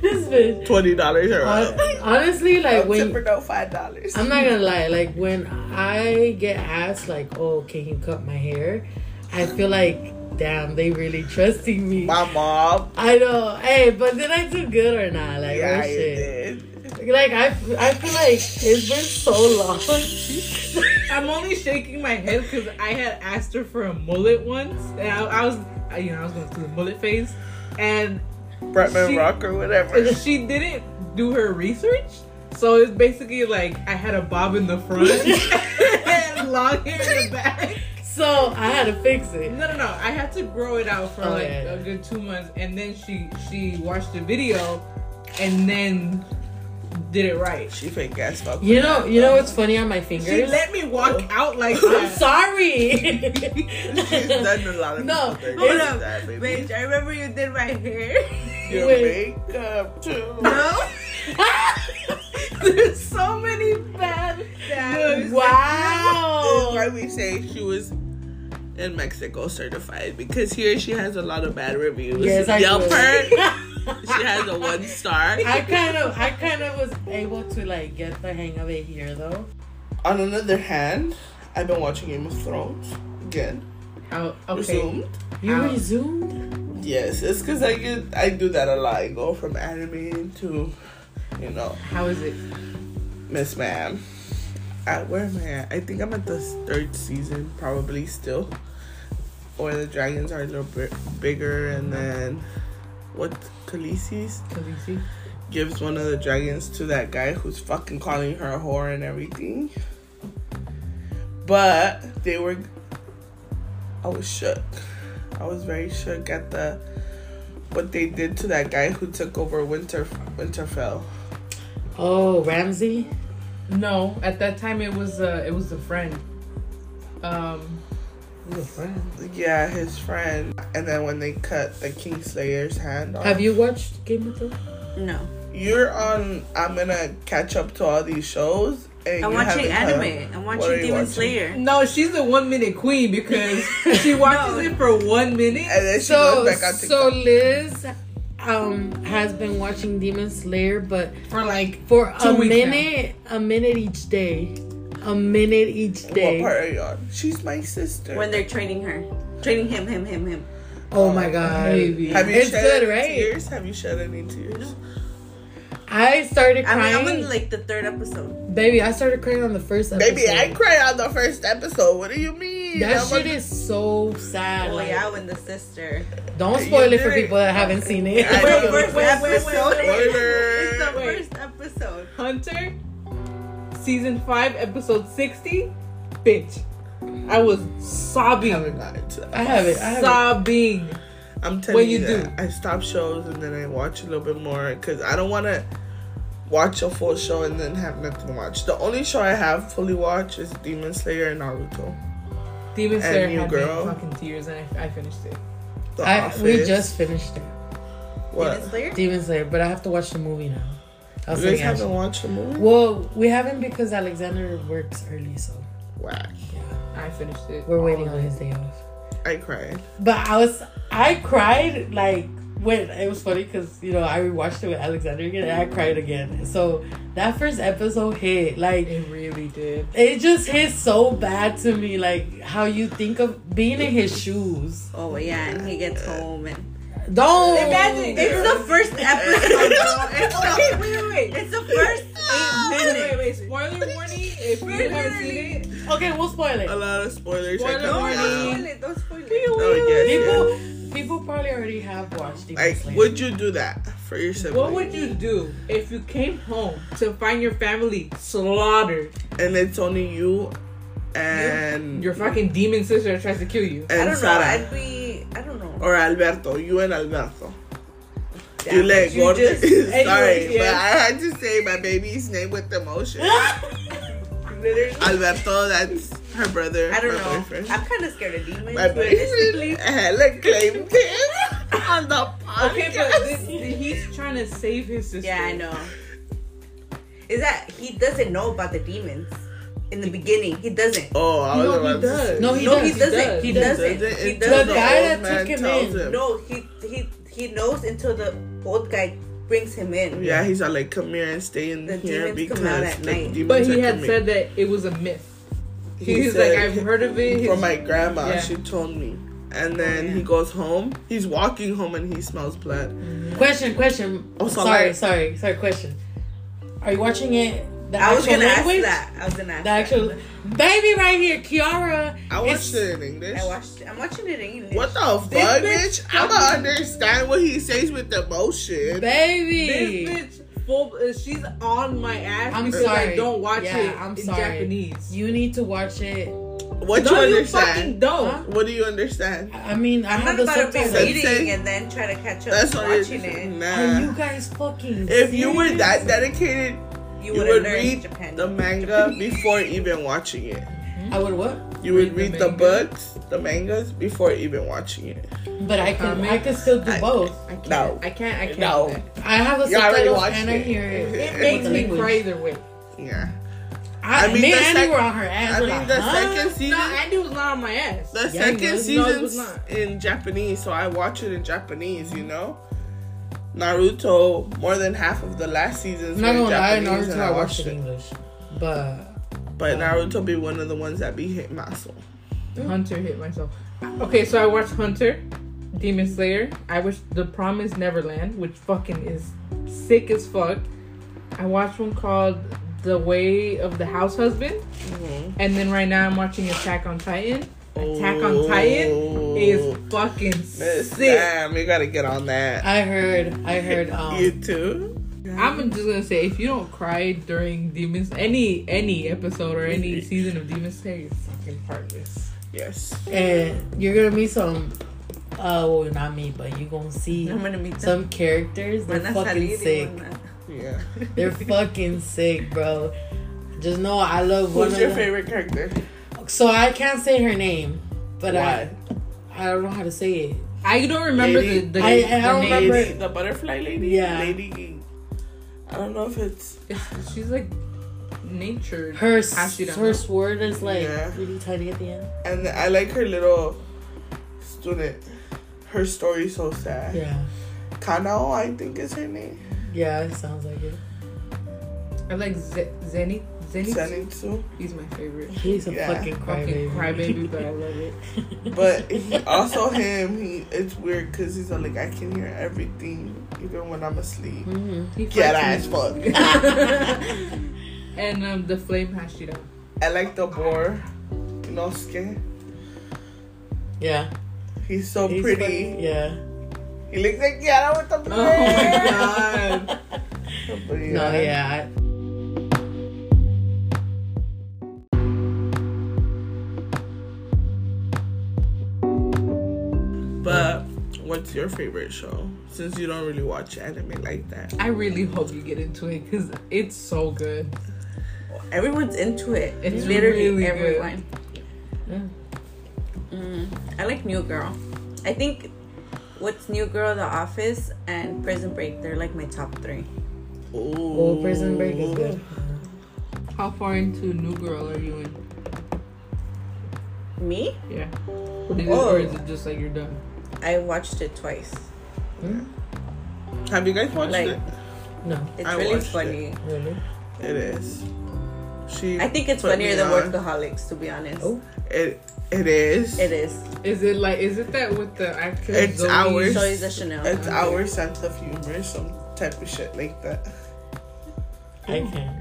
[SPEAKER 1] this bitch.
[SPEAKER 3] Twenty dollars her
[SPEAKER 1] Hon-
[SPEAKER 3] up.
[SPEAKER 1] Honestly, like
[SPEAKER 3] Don't
[SPEAKER 1] when
[SPEAKER 3] tip her no five dollars.
[SPEAKER 1] I'm not gonna lie, like when I get asked, like, "Oh, can you cut my hair?" I feel like, damn, they really trusting me.
[SPEAKER 3] My mom.
[SPEAKER 1] I know, hey, but did I do good or not? Like,
[SPEAKER 3] Yeah,
[SPEAKER 1] real
[SPEAKER 3] you
[SPEAKER 1] shit.
[SPEAKER 3] did.
[SPEAKER 1] Like, I, f- I feel like it's been so long.
[SPEAKER 2] I'm only shaking my head because I had asked her for a mullet once, and I, I was, I, you know, I was going through the mullet phase, and
[SPEAKER 3] Bretman
[SPEAKER 2] She-
[SPEAKER 3] Rock or whatever.
[SPEAKER 2] and she didn't do her research. So it's basically like I had a bob in the front and long hair in the back.
[SPEAKER 1] so I had to fix it.
[SPEAKER 2] No, no, no. I had to grow it out for
[SPEAKER 1] Oh,
[SPEAKER 2] like
[SPEAKER 1] yeah, yeah.
[SPEAKER 2] a good two months, and then she she watched the video, and then did it right.
[SPEAKER 3] She fake as fuck.
[SPEAKER 1] You know, you know what's funny on my fingers?
[SPEAKER 2] She let me walk out like
[SPEAKER 1] I'm
[SPEAKER 2] that.
[SPEAKER 1] sorry.
[SPEAKER 3] She's done a lot of
[SPEAKER 1] No,
[SPEAKER 3] people things
[SPEAKER 4] Hold
[SPEAKER 3] like
[SPEAKER 4] up.
[SPEAKER 3] that, baby.
[SPEAKER 4] Bitch, I remember you did my hair.
[SPEAKER 3] Your
[SPEAKER 1] Wait.
[SPEAKER 3] makeup too.
[SPEAKER 4] No?
[SPEAKER 2] There's so many bad.
[SPEAKER 4] That was-
[SPEAKER 3] This is
[SPEAKER 1] wow.
[SPEAKER 3] why we say she was in Mexico certified because here she has a lot of bad reviews.
[SPEAKER 1] Yes, I
[SPEAKER 3] Yelp her.
[SPEAKER 1] her.
[SPEAKER 3] She has a one star.
[SPEAKER 1] I kind of, I kind of was able to like get the hang of it here though.
[SPEAKER 3] On another hand, I've been watching Game of Thrones again.
[SPEAKER 2] Oh, okay.
[SPEAKER 3] Resumed.
[SPEAKER 1] You
[SPEAKER 2] Ow.
[SPEAKER 1] resumed.
[SPEAKER 3] Yes, it's because I get I do that a lot. I go from anime to, you know,
[SPEAKER 2] How is it?
[SPEAKER 3] Miss Ma'am. I, where am I at? I think I'm at the third season, probably still. Or the dragons are a little bit bigger, and then what? Khaleesi's
[SPEAKER 2] Khaleesi?
[SPEAKER 3] gives one of the dragons to that guy who's fucking calling her a whore and everything. But they were. I was shook. I was very shook at the what they did to that guy who took over Winter Winterfell.
[SPEAKER 1] Oh, Ramsey.
[SPEAKER 2] No, at that time it was uh it was a friend. Um
[SPEAKER 1] You're a friend.
[SPEAKER 3] Yeah, his friend. And then when they cut the Kingslayer's hand off.
[SPEAKER 1] Have you watched Game of Thrones?
[SPEAKER 4] No.
[SPEAKER 3] You're on. I'm gonna catch up to all these shows. And
[SPEAKER 4] I'm
[SPEAKER 3] you
[SPEAKER 4] watching
[SPEAKER 3] haven't
[SPEAKER 4] anime. I'm
[SPEAKER 3] What are
[SPEAKER 4] watching
[SPEAKER 3] you
[SPEAKER 4] Demon
[SPEAKER 3] watching?
[SPEAKER 4] Slayer.
[SPEAKER 2] no, she's a one minute queen because she watches
[SPEAKER 4] No.
[SPEAKER 2] it for one
[SPEAKER 3] cut. And
[SPEAKER 2] minute.
[SPEAKER 3] then she
[SPEAKER 1] So,
[SPEAKER 3] goes back on
[SPEAKER 1] so
[SPEAKER 3] TikTok.
[SPEAKER 1] Liz, um, has been watching Demon Slayer, but
[SPEAKER 2] For like
[SPEAKER 1] for
[SPEAKER 2] Two
[SPEAKER 1] a
[SPEAKER 2] weeks now.
[SPEAKER 1] minute, a minute each day, a minute each
[SPEAKER 3] what
[SPEAKER 1] day.
[SPEAKER 3] part are you on? She's my sister.
[SPEAKER 4] When they're training her. Training him, him, him, him.
[SPEAKER 1] Oh my god.
[SPEAKER 2] maybe.
[SPEAKER 3] Have you
[SPEAKER 1] It's
[SPEAKER 3] shed
[SPEAKER 1] good,
[SPEAKER 3] any
[SPEAKER 1] right?
[SPEAKER 3] tears? Have you shed any tears?
[SPEAKER 1] I started
[SPEAKER 4] I mean,
[SPEAKER 1] crying.
[SPEAKER 4] I'm in like the third episode.
[SPEAKER 1] Baby, I started crying on the first episode.
[SPEAKER 3] Baby, I cried on the first episode. What do you mean?
[SPEAKER 1] That
[SPEAKER 3] I'm
[SPEAKER 1] shit
[SPEAKER 3] a-
[SPEAKER 1] is so sad.
[SPEAKER 4] Oh
[SPEAKER 1] like,
[SPEAKER 4] yeah, when the sister.
[SPEAKER 1] Don't spoil it for
[SPEAKER 3] did it.
[SPEAKER 1] people that haven't seen it.
[SPEAKER 3] I
[SPEAKER 4] Wait,
[SPEAKER 3] know.
[SPEAKER 4] first
[SPEAKER 2] Wait, wait,
[SPEAKER 4] episode.
[SPEAKER 2] wait,
[SPEAKER 3] wait, wait.
[SPEAKER 4] It's the
[SPEAKER 2] Wait.
[SPEAKER 4] first episode.
[SPEAKER 2] Hunter season five, episode sixty, bitch. I was
[SPEAKER 3] I
[SPEAKER 2] sobbing.
[SPEAKER 3] haven't gotten to that.
[SPEAKER 1] I have it. I have it.
[SPEAKER 2] sobbing.
[SPEAKER 3] I'm telling
[SPEAKER 2] you
[SPEAKER 3] you, that
[SPEAKER 2] do.
[SPEAKER 3] I stop shows and then I watch a little bit more because I don't want to watch a full show and then have nothing to watch. The only show I have fully watched is Demon Slayer and Naruto.
[SPEAKER 2] Demon
[SPEAKER 3] And
[SPEAKER 2] Slayer
[SPEAKER 3] New
[SPEAKER 2] had
[SPEAKER 3] Girl.
[SPEAKER 2] me in fucking tears, and I, I finished it.
[SPEAKER 3] The
[SPEAKER 1] I,
[SPEAKER 3] Office.
[SPEAKER 1] we just finished it.
[SPEAKER 3] what?
[SPEAKER 4] Demon Slayer?
[SPEAKER 1] Demon Slayer, but I have to watch the movie now. I was
[SPEAKER 3] You guys
[SPEAKER 1] like,
[SPEAKER 3] haven't watched the movie?
[SPEAKER 1] well, we haven't because Alexander works early, so
[SPEAKER 3] Wow,
[SPEAKER 2] I finished it.
[SPEAKER 1] we're
[SPEAKER 2] All
[SPEAKER 1] waiting
[SPEAKER 2] of
[SPEAKER 1] on
[SPEAKER 2] it.
[SPEAKER 1] his day off.
[SPEAKER 3] I cried.
[SPEAKER 1] But I was, I cried like when it was funny because you know I rewatched it with Alexander again and I cried again. So that first episode hit like
[SPEAKER 2] It really did.
[SPEAKER 1] it just hit so bad to me like how you think of being in his shoes.
[SPEAKER 4] Oh yeah, and he gets home and
[SPEAKER 1] Don't
[SPEAKER 2] Imagine-
[SPEAKER 4] it's the first episode. bro. It's
[SPEAKER 2] Wait,
[SPEAKER 4] the,
[SPEAKER 2] wait, wait, wait.
[SPEAKER 4] it's the first eight
[SPEAKER 2] Wait,
[SPEAKER 4] minutes.
[SPEAKER 2] wait, wait. Spoiler warning. If you haven't seen it,
[SPEAKER 1] Okay, we'll spoil it.
[SPEAKER 3] A lot of spoilers. are
[SPEAKER 2] Spoiler
[SPEAKER 3] coming
[SPEAKER 2] warning.
[SPEAKER 3] out.
[SPEAKER 4] it. Don't spoil
[SPEAKER 3] Oh, yes,
[SPEAKER 1] People, people probably already have watched Demon
[SPEAKER 3] yes. Like,
[SPEAKER 1] Slayer.
[SPEAKER 3] would you do that for your sibling?
[SPEAKER 2] what would you do if you came home to find your family slaughtered?
[SPEAKER 3] And it's only you and
[SPEAKER 2] Your fucking demon sister tries to kill you.
[SPEAKER 4] I
[SPEAKER 3] and
[SPEAKER 4] don't know.
[SPEAKER 3] Sarah
[SPEAKER 4] I'd be. I don't know.
[SPEAKER 3] or Alberto. You and Alberto.
[SPEAKER 4] Damn,
[SPEAKER 3] You like
[SPEAKER 4] you
[SPEAKER 3] what?
[SPEAKER 4] just-
[SPEAKER 3] Sorry,
[SPEAKER 2] yeah.
[SPEAKER 3] but I had to say my baby's name with emotion.
[SPEAKER 4] Literally.
[SPEAKER 3] Alberto, that's her brother.
[SPEAKER 4] I don't
[SPEAKER 3] my
[SPEAKER 4] know.
[SPEAKER 3] Boyfriend.
[SPEAKER 4] I'm kind of scared of demons.
[SPEAKER 3] My
[SPEAKER 4] realistically.
[SPEAKER 3] boyfriend hella claimed him on the podcast.
[SPEAKER 2] Okay, but this, he's trying to save his sister.
[SPEAKER 4] Yeah, I know. Is that he doesn't know about the demons in the beginning? He doesn't.
[SPEAKER 3] oh, I was
[SPEAKER 2] No, he
[SPEAKER 3] about to say.
[SPEAKER 2] does.
[SPEAKER 1] No, he
[SPEAKER 4] no,
[SPEAKER 1] does.
[SPEAKER 4] he doesn't.
[SPEAKER 2] does.
[SPEAKER 4] He
[SPEAKER 2] He
[SPEAKER 4] doesn't.
[SPEAKER 3] doesn't
[SPEAKER 4] He
[SPEAKER 1] The
[SPEAKER 3] until
[SPEAKER 4] doesn't.
[SPEAKER 3] the
[SPEAKER 1] guy
[SPEAKER 3] old
[SPEAKER 1] that
[SPEAKER 3] man
[SPEAKER 1] took him
[SPEAKER 3] tells
[SPEAKER 1] in.
[SPEAKER 3] him.
[SPEAKER 4] No, he he he knows until the old guy brings him in.
[SPEAKER 3] Yeah, he's all like, come here and stay in
[SPEAKER 4] The
[SPEAKER 3] here
[SPEAKER 4] demons
[SPEAKER 3] because
[SPEAKER 4] come out at
[SPEAKER 3] the
[SPEAKER 4] night.
[SPEAKER 3] demons
[SPEAKER 2] But he
[SPEAKER 3] are
[SPEAKER 2] had
[SPEAKER 3] coming.
[SPEAKER 2] said that it was a myth.
[SPEAKER 3] He
[SPEAKER 2] He's
[SPEAKER 3] said-
[SPEAKER 2] like, I've heard of it.
[SPEAKER 3] from my grandma.
[SPEAKER 2] Yeah.
[SPEAKER 3] She told me. And then
[SPEAKER 4] yeah.
[SPEAKER 3] he goes home. He's walking home and he smells blood.
[SPEAKER 1] Question, question.
[SPEAKER 3] Oh,
[SPEAKER 1] sorry,
[SPEAKER 3] sorry.
[SPEAKER 1] sorry, sorry. Question. Are you watching it? The
[SPEAKER 4] I was
[SPEAKER 1] actual
[SPEAKER 4] gonna
[SPEAKER 1] language?
[SPEAKER 4] ask that. I was gonna ask
[SPEAKER 1] The actual
[SPEAKER 4] that.
[SPEAKER 1] baby right here, Kiara.
[SPEAKER 3] I
[SPEAKER 1] is-
[SPEAKER 3] watched it in English.
[SPEAKER 4] I watched. I'm watching it in English.
[SPEAKER 3] What the fuck,
[SPEAKER 2] bitch
[SPEAKER 3] bitch? I'ma understand what he says with emotion.
[SPEAKER 1] Baby.
[SPEAKER 2] This bitch, full, uh, she's on my ass.
[SPEAKER 1] I'm
[SPEAKER 2] because
[SPEAKER 1] sorry.
[SPEAKER 2] I don't watch
[SPEAKER 1] Yeah,
[SPEAKER 2] it
[SPEAKER 1] I'm
[SPEAKER 2] in
[SPEAKER 1] sorry.
[SPEAKER 2] Japanese.
[SPEAKER 1] You need to watch it.
[SPEAKER 3] What
[SPEAKER 2] no,
[SPEAKER 3] you
[SPEAKER 2] you fucking
[SPEAKER 3] understand?
[SPEAKER 2] don't.
[SPEAKER 1] Huh?
[SPEAKER 3] What do you understand?
[SPEAKER 1] I I mean, I
[SPEAKER 4] I'm
[SPEAKER 1] have
[SPEAKER 4] not
[SPEAKER 1] the
[SPEAKER 4] about to be
[SPEAKER 1] subtitles.
[SPEAKER 3] reading.
[SPEAKER 4] waiting and then try to catch up
[SPEAKER 3] That's what
[SPEAKER 4] watching
[SPEAKER 3] you're
[SPEAKER 4] it.
[SPEAKER 1] Are
[SPEAKER 3] Nah.
[SPEAKER 1] you guys fucking?
[SPEAKER 3] If you were
[SPEAKER 1] serious?
[SPEAKER 3] that dedicated, you
[SPEAKER 4] You, would
[SPEAKER 3] would
[SPEAKER 4] learn
[SPEAKER 3] read
[SPEAKER 4] Japan.
[SPEAKER 3] the manga before even watching it.
[SPEAKER 1] I would what?
[SPEAKER 3] You would
[SPEAKER 2] Read
[SPEAKER 3] read
[SPEAKER 2] the
[SPEAKER 3] the
[SPEAKER 2] manga.
[SPEAKER 3] books, the mangas before even watching it.
[SPEAKER 1] But I could,
[SPEAKER 2] Comment.
[SPEAKER 1] I could still do
[SPEAKER 3] I-
[SPEAKER 1] both.
[SPEAKER 2] I can't.
[SPEAKER 3] No.
[SPEAKER 2] I can't. I can't.
[SPEAKER 3] No.
[SPEAKER 2] do that.
[SPEAKER 1] I have the
[SPEAKER 3] You already
[SPEAKER 1] subtitles
[SPEAKER 3] watched
[SPEAKER 1] and I
[SPEAKER 3] it.
[SPEAKER 1] hear it.
[SPEAKER 2] It makes
[SPEAKER 1] the
[SPEAKER 2] me
[SPEAKER 1] language.
[SPEAKER 2] cry either way.
[SPEAKER 3] Yeah.
[SPEAKER 1] I,
[SPEAKER 3] I mean,
[SPEAKER 1] me
[SPEAKER 3] the
[SPEAKER 1] and Andy
[SPEAKER 3] sec-
[SPEAKER 1] were on her ass.
[SPEAKER 3] I
[SPEAKER 1] We're
[SPEAKER 3] mean,
[SPEAKER 1] like,
[SPEAKER 3] the
[SPEAKER 1] huh?
[SPEAKER 3] second
[SPEAKER 2] Uh, No,
[SPEAKER 3] season.
[SPEAKER 2] Andy was not on my ass.
[SPEAKER 3] The
[SPEAKER 1] Yeah, he
[SPEAKER 3] second
[SPEAKER 1] was.
[SPEAKER 2] No, it
[SPEAKER 3] season's
[SPEAKER 2] was not.
[SPEAKER 3] in Japanese, so I watch it in Japanese, you know? Naruto, more than half of the last
[SPEAKER 1] I'm
[SPEAKER 3] seasons
[SPEAKER 1] not
[SPEAKER 3] were in
[SPEAKER 1] gonna lie,
[SPEAKER 3] Japanese,
[SPEAKER 1] Naruto
[SPEAKER 3] and
[SPEAKER 1] I watched in English, but
[SPEAKER 3] But Naruto be one of the ones that be hit my soul.
[SPEAKER 2] Hunter hit myself. Okay, so I watched Hunter, Demon Slayer. I watched The Promised Neverland, which fucking is sick as fuck. I watched one called The Way of the House Husband,
[SPEAKER 3] Mm-hmm.
[SPEAKER 2] and then right now I'm watching Attack on Titan. Attack on Titan is fucking
[SPEAKER 3] Oh. Miss
[SPEAKER 2] sick.
[SPEAKER 3] Sam, you gotta get on that.
[SPEAKER 1] I heard, I heard,
[SPEAKER 3] you
[SPEAKER 1] um,
[SPEAKER 3] too?
[SPEAKER 2] I'm just gonna say, if you don't cry during Demons, any any episode or any season of Demon Slayer, you're fucking heartless.
[SPEAKER 3] Yes.
[SPEAKER 1] and you're gonna meet some. Uh, well, not me, but you gonna see
[SPEAKER 4] I'm gonna meet them.
[SPEAKER 1] some characters. They're
[SPEAKER 4] Van a
[SPEAKER 1] fucking
[SPEAKER 4] salir y
[SPEAKER 1] sick.
[SPEAKER 4] van a-
[SPEAKER 3] Yeah.
[SPEAKER 1] They're fucking sick, bro. Just know I love one
[SPEAKER 3] Who's
[SPEAKER 1] of
[SPEAKER 3] your
[SPEAKER 1] them.
[SPEAKER 3] favorite character?
[SPEAKER 1] So I can't say her name, but I, I don't know how to say it.
[SPEAKER 2] I don't remember
[SPEAKER 3] Lady-
[SPEAKER 2] the, the,
[SPEAKER 1] I- I
[SPEAKER 2] the
[SPEAKER 1] don't
[SPEAKER 2] name.
[SPEAKER 1] remember-
[SPEAKER 3] Lady, the butterfly lady?
[SPEAKER 1] Yeah.
[SPEAKER 3] Lady. I don't know if it's.
[SPEAKER 2] It's, she's like nature.
[SPEAKER 1] Her s-
[SPEAKER 2] Hashira.
[SPEAKER 1] her sword is like
[SPEAKER 3] Yeah.
[SPEAKER 1] really tiny at the end.
[SPEAKER 3] And I like her little student. Her story's so sad.
[SPEAKER 1] Yeah,
[SPEAKER 3] Kanao, I think is her name.
[SPEAKER 1] yeah, it sounds like it.
[SPEAKER 2] I like Z- Zenny. Zenny.
[SPEAKER 3] Zenitsu.
[SPEAKER 2] He's my favorite.
[SPEAKER 1] He's a
[SPEAKER 3] Yeah.
[SPEAKER 1] fucking
[SPEAKER 2] Fucking
[SPEAKER 1] crybaby.
[SPEAKER 2] crybaby, but I love it.
[SPEAKER 3] But he, also him, he it's weird because he's all like I can hear everything even when I'm asleep.
[SPEAKER 1] hmm
[SPEAKER 2] He
[SPEAKER 3] Get ass
[SPEAKER 2] fights me.
[SPEAKER 3] fuck.
[SPEAKER 2] And um, the flame Hashira.
[SPEAKER 3] I like the boar, Inosuke.
[SPEAKER 1] Yeah.
[SPEAKER 3] He's so
[SPEAKER 1] He's
[SPEAKER 3] pretty.
[SPEAKER 1] fuck- yeah.
[SPEAKER 3] He looks like Kiara with the blue.
[SPEAKER 2] Oh my
[SPEAKER 3] god. but yeah.
[SPEAKER 1] No, yeah. I-
[SPEAKER 3] what's your favorite show? Since you don't really watch anime like that,
[SPEAKER 2] I really hope you get into it because it's so good.
[SPEAKER 4] Everyone's into it.
[SPEAKER 2] It's
[SPEAKER 4] literally
[SPEAKER 2] really good.
[SPEAKER 4] everyone.
[SPEAKER 2] Yeah.
[SPEAKER 4] Mm, I like New Girl. I think what's New Girl, The Office, and Prison Break. They're like my top three.
[SPEAKER 1] Oh, Prison Break is good.
[SPEAKER 2] How far into New Girl are you in?
[SPEAKER 4] Me?
[SPEAKER 2] Yeah. Or, did-
[SPEAKER 4] Oh.
[SPEAKER 2] or is it just like you're done?
[SPEAKER 4] I watched it twice.
[SPEAKER 3] Have you guys watched
[SPEAKER 4] Like-
[SPEAKER 3] it?
[SPEAKER 1] No,
[SPEAKER 4] It's
[SPEAKER 3] I
[SPEAKER 4] really
[SPEAKER 3] watched
[SPEAKER 4] funny.
[SPEAKER 1] really.
[SPEAKER 3] It is. She.
[SPEAKER 4] I think it's
[SPEAKER 3] put
[SPEAKER 4] funnier
[SPEAKER 3] me
[SPEAKER 4] than
[SPEAKER 3] on.
[SPEAKER 4] Workaholics, to be honest.
[SPEAKER 1] Oh.
[SPEAKER 3] It. It is.
[SPEAKER 4] It is.
[SPEAKER 2] Is it like is it that with the actress?
[SPEAKER 3] It's
[SPEAKER 2] Zoe?
[SPEAKER 3] ours.
[SPEAKER 4] So is the Chanel.
[SPEAKER 3] It's our sense of humor, some type of shit like that.
[SPEAKER 1] I can.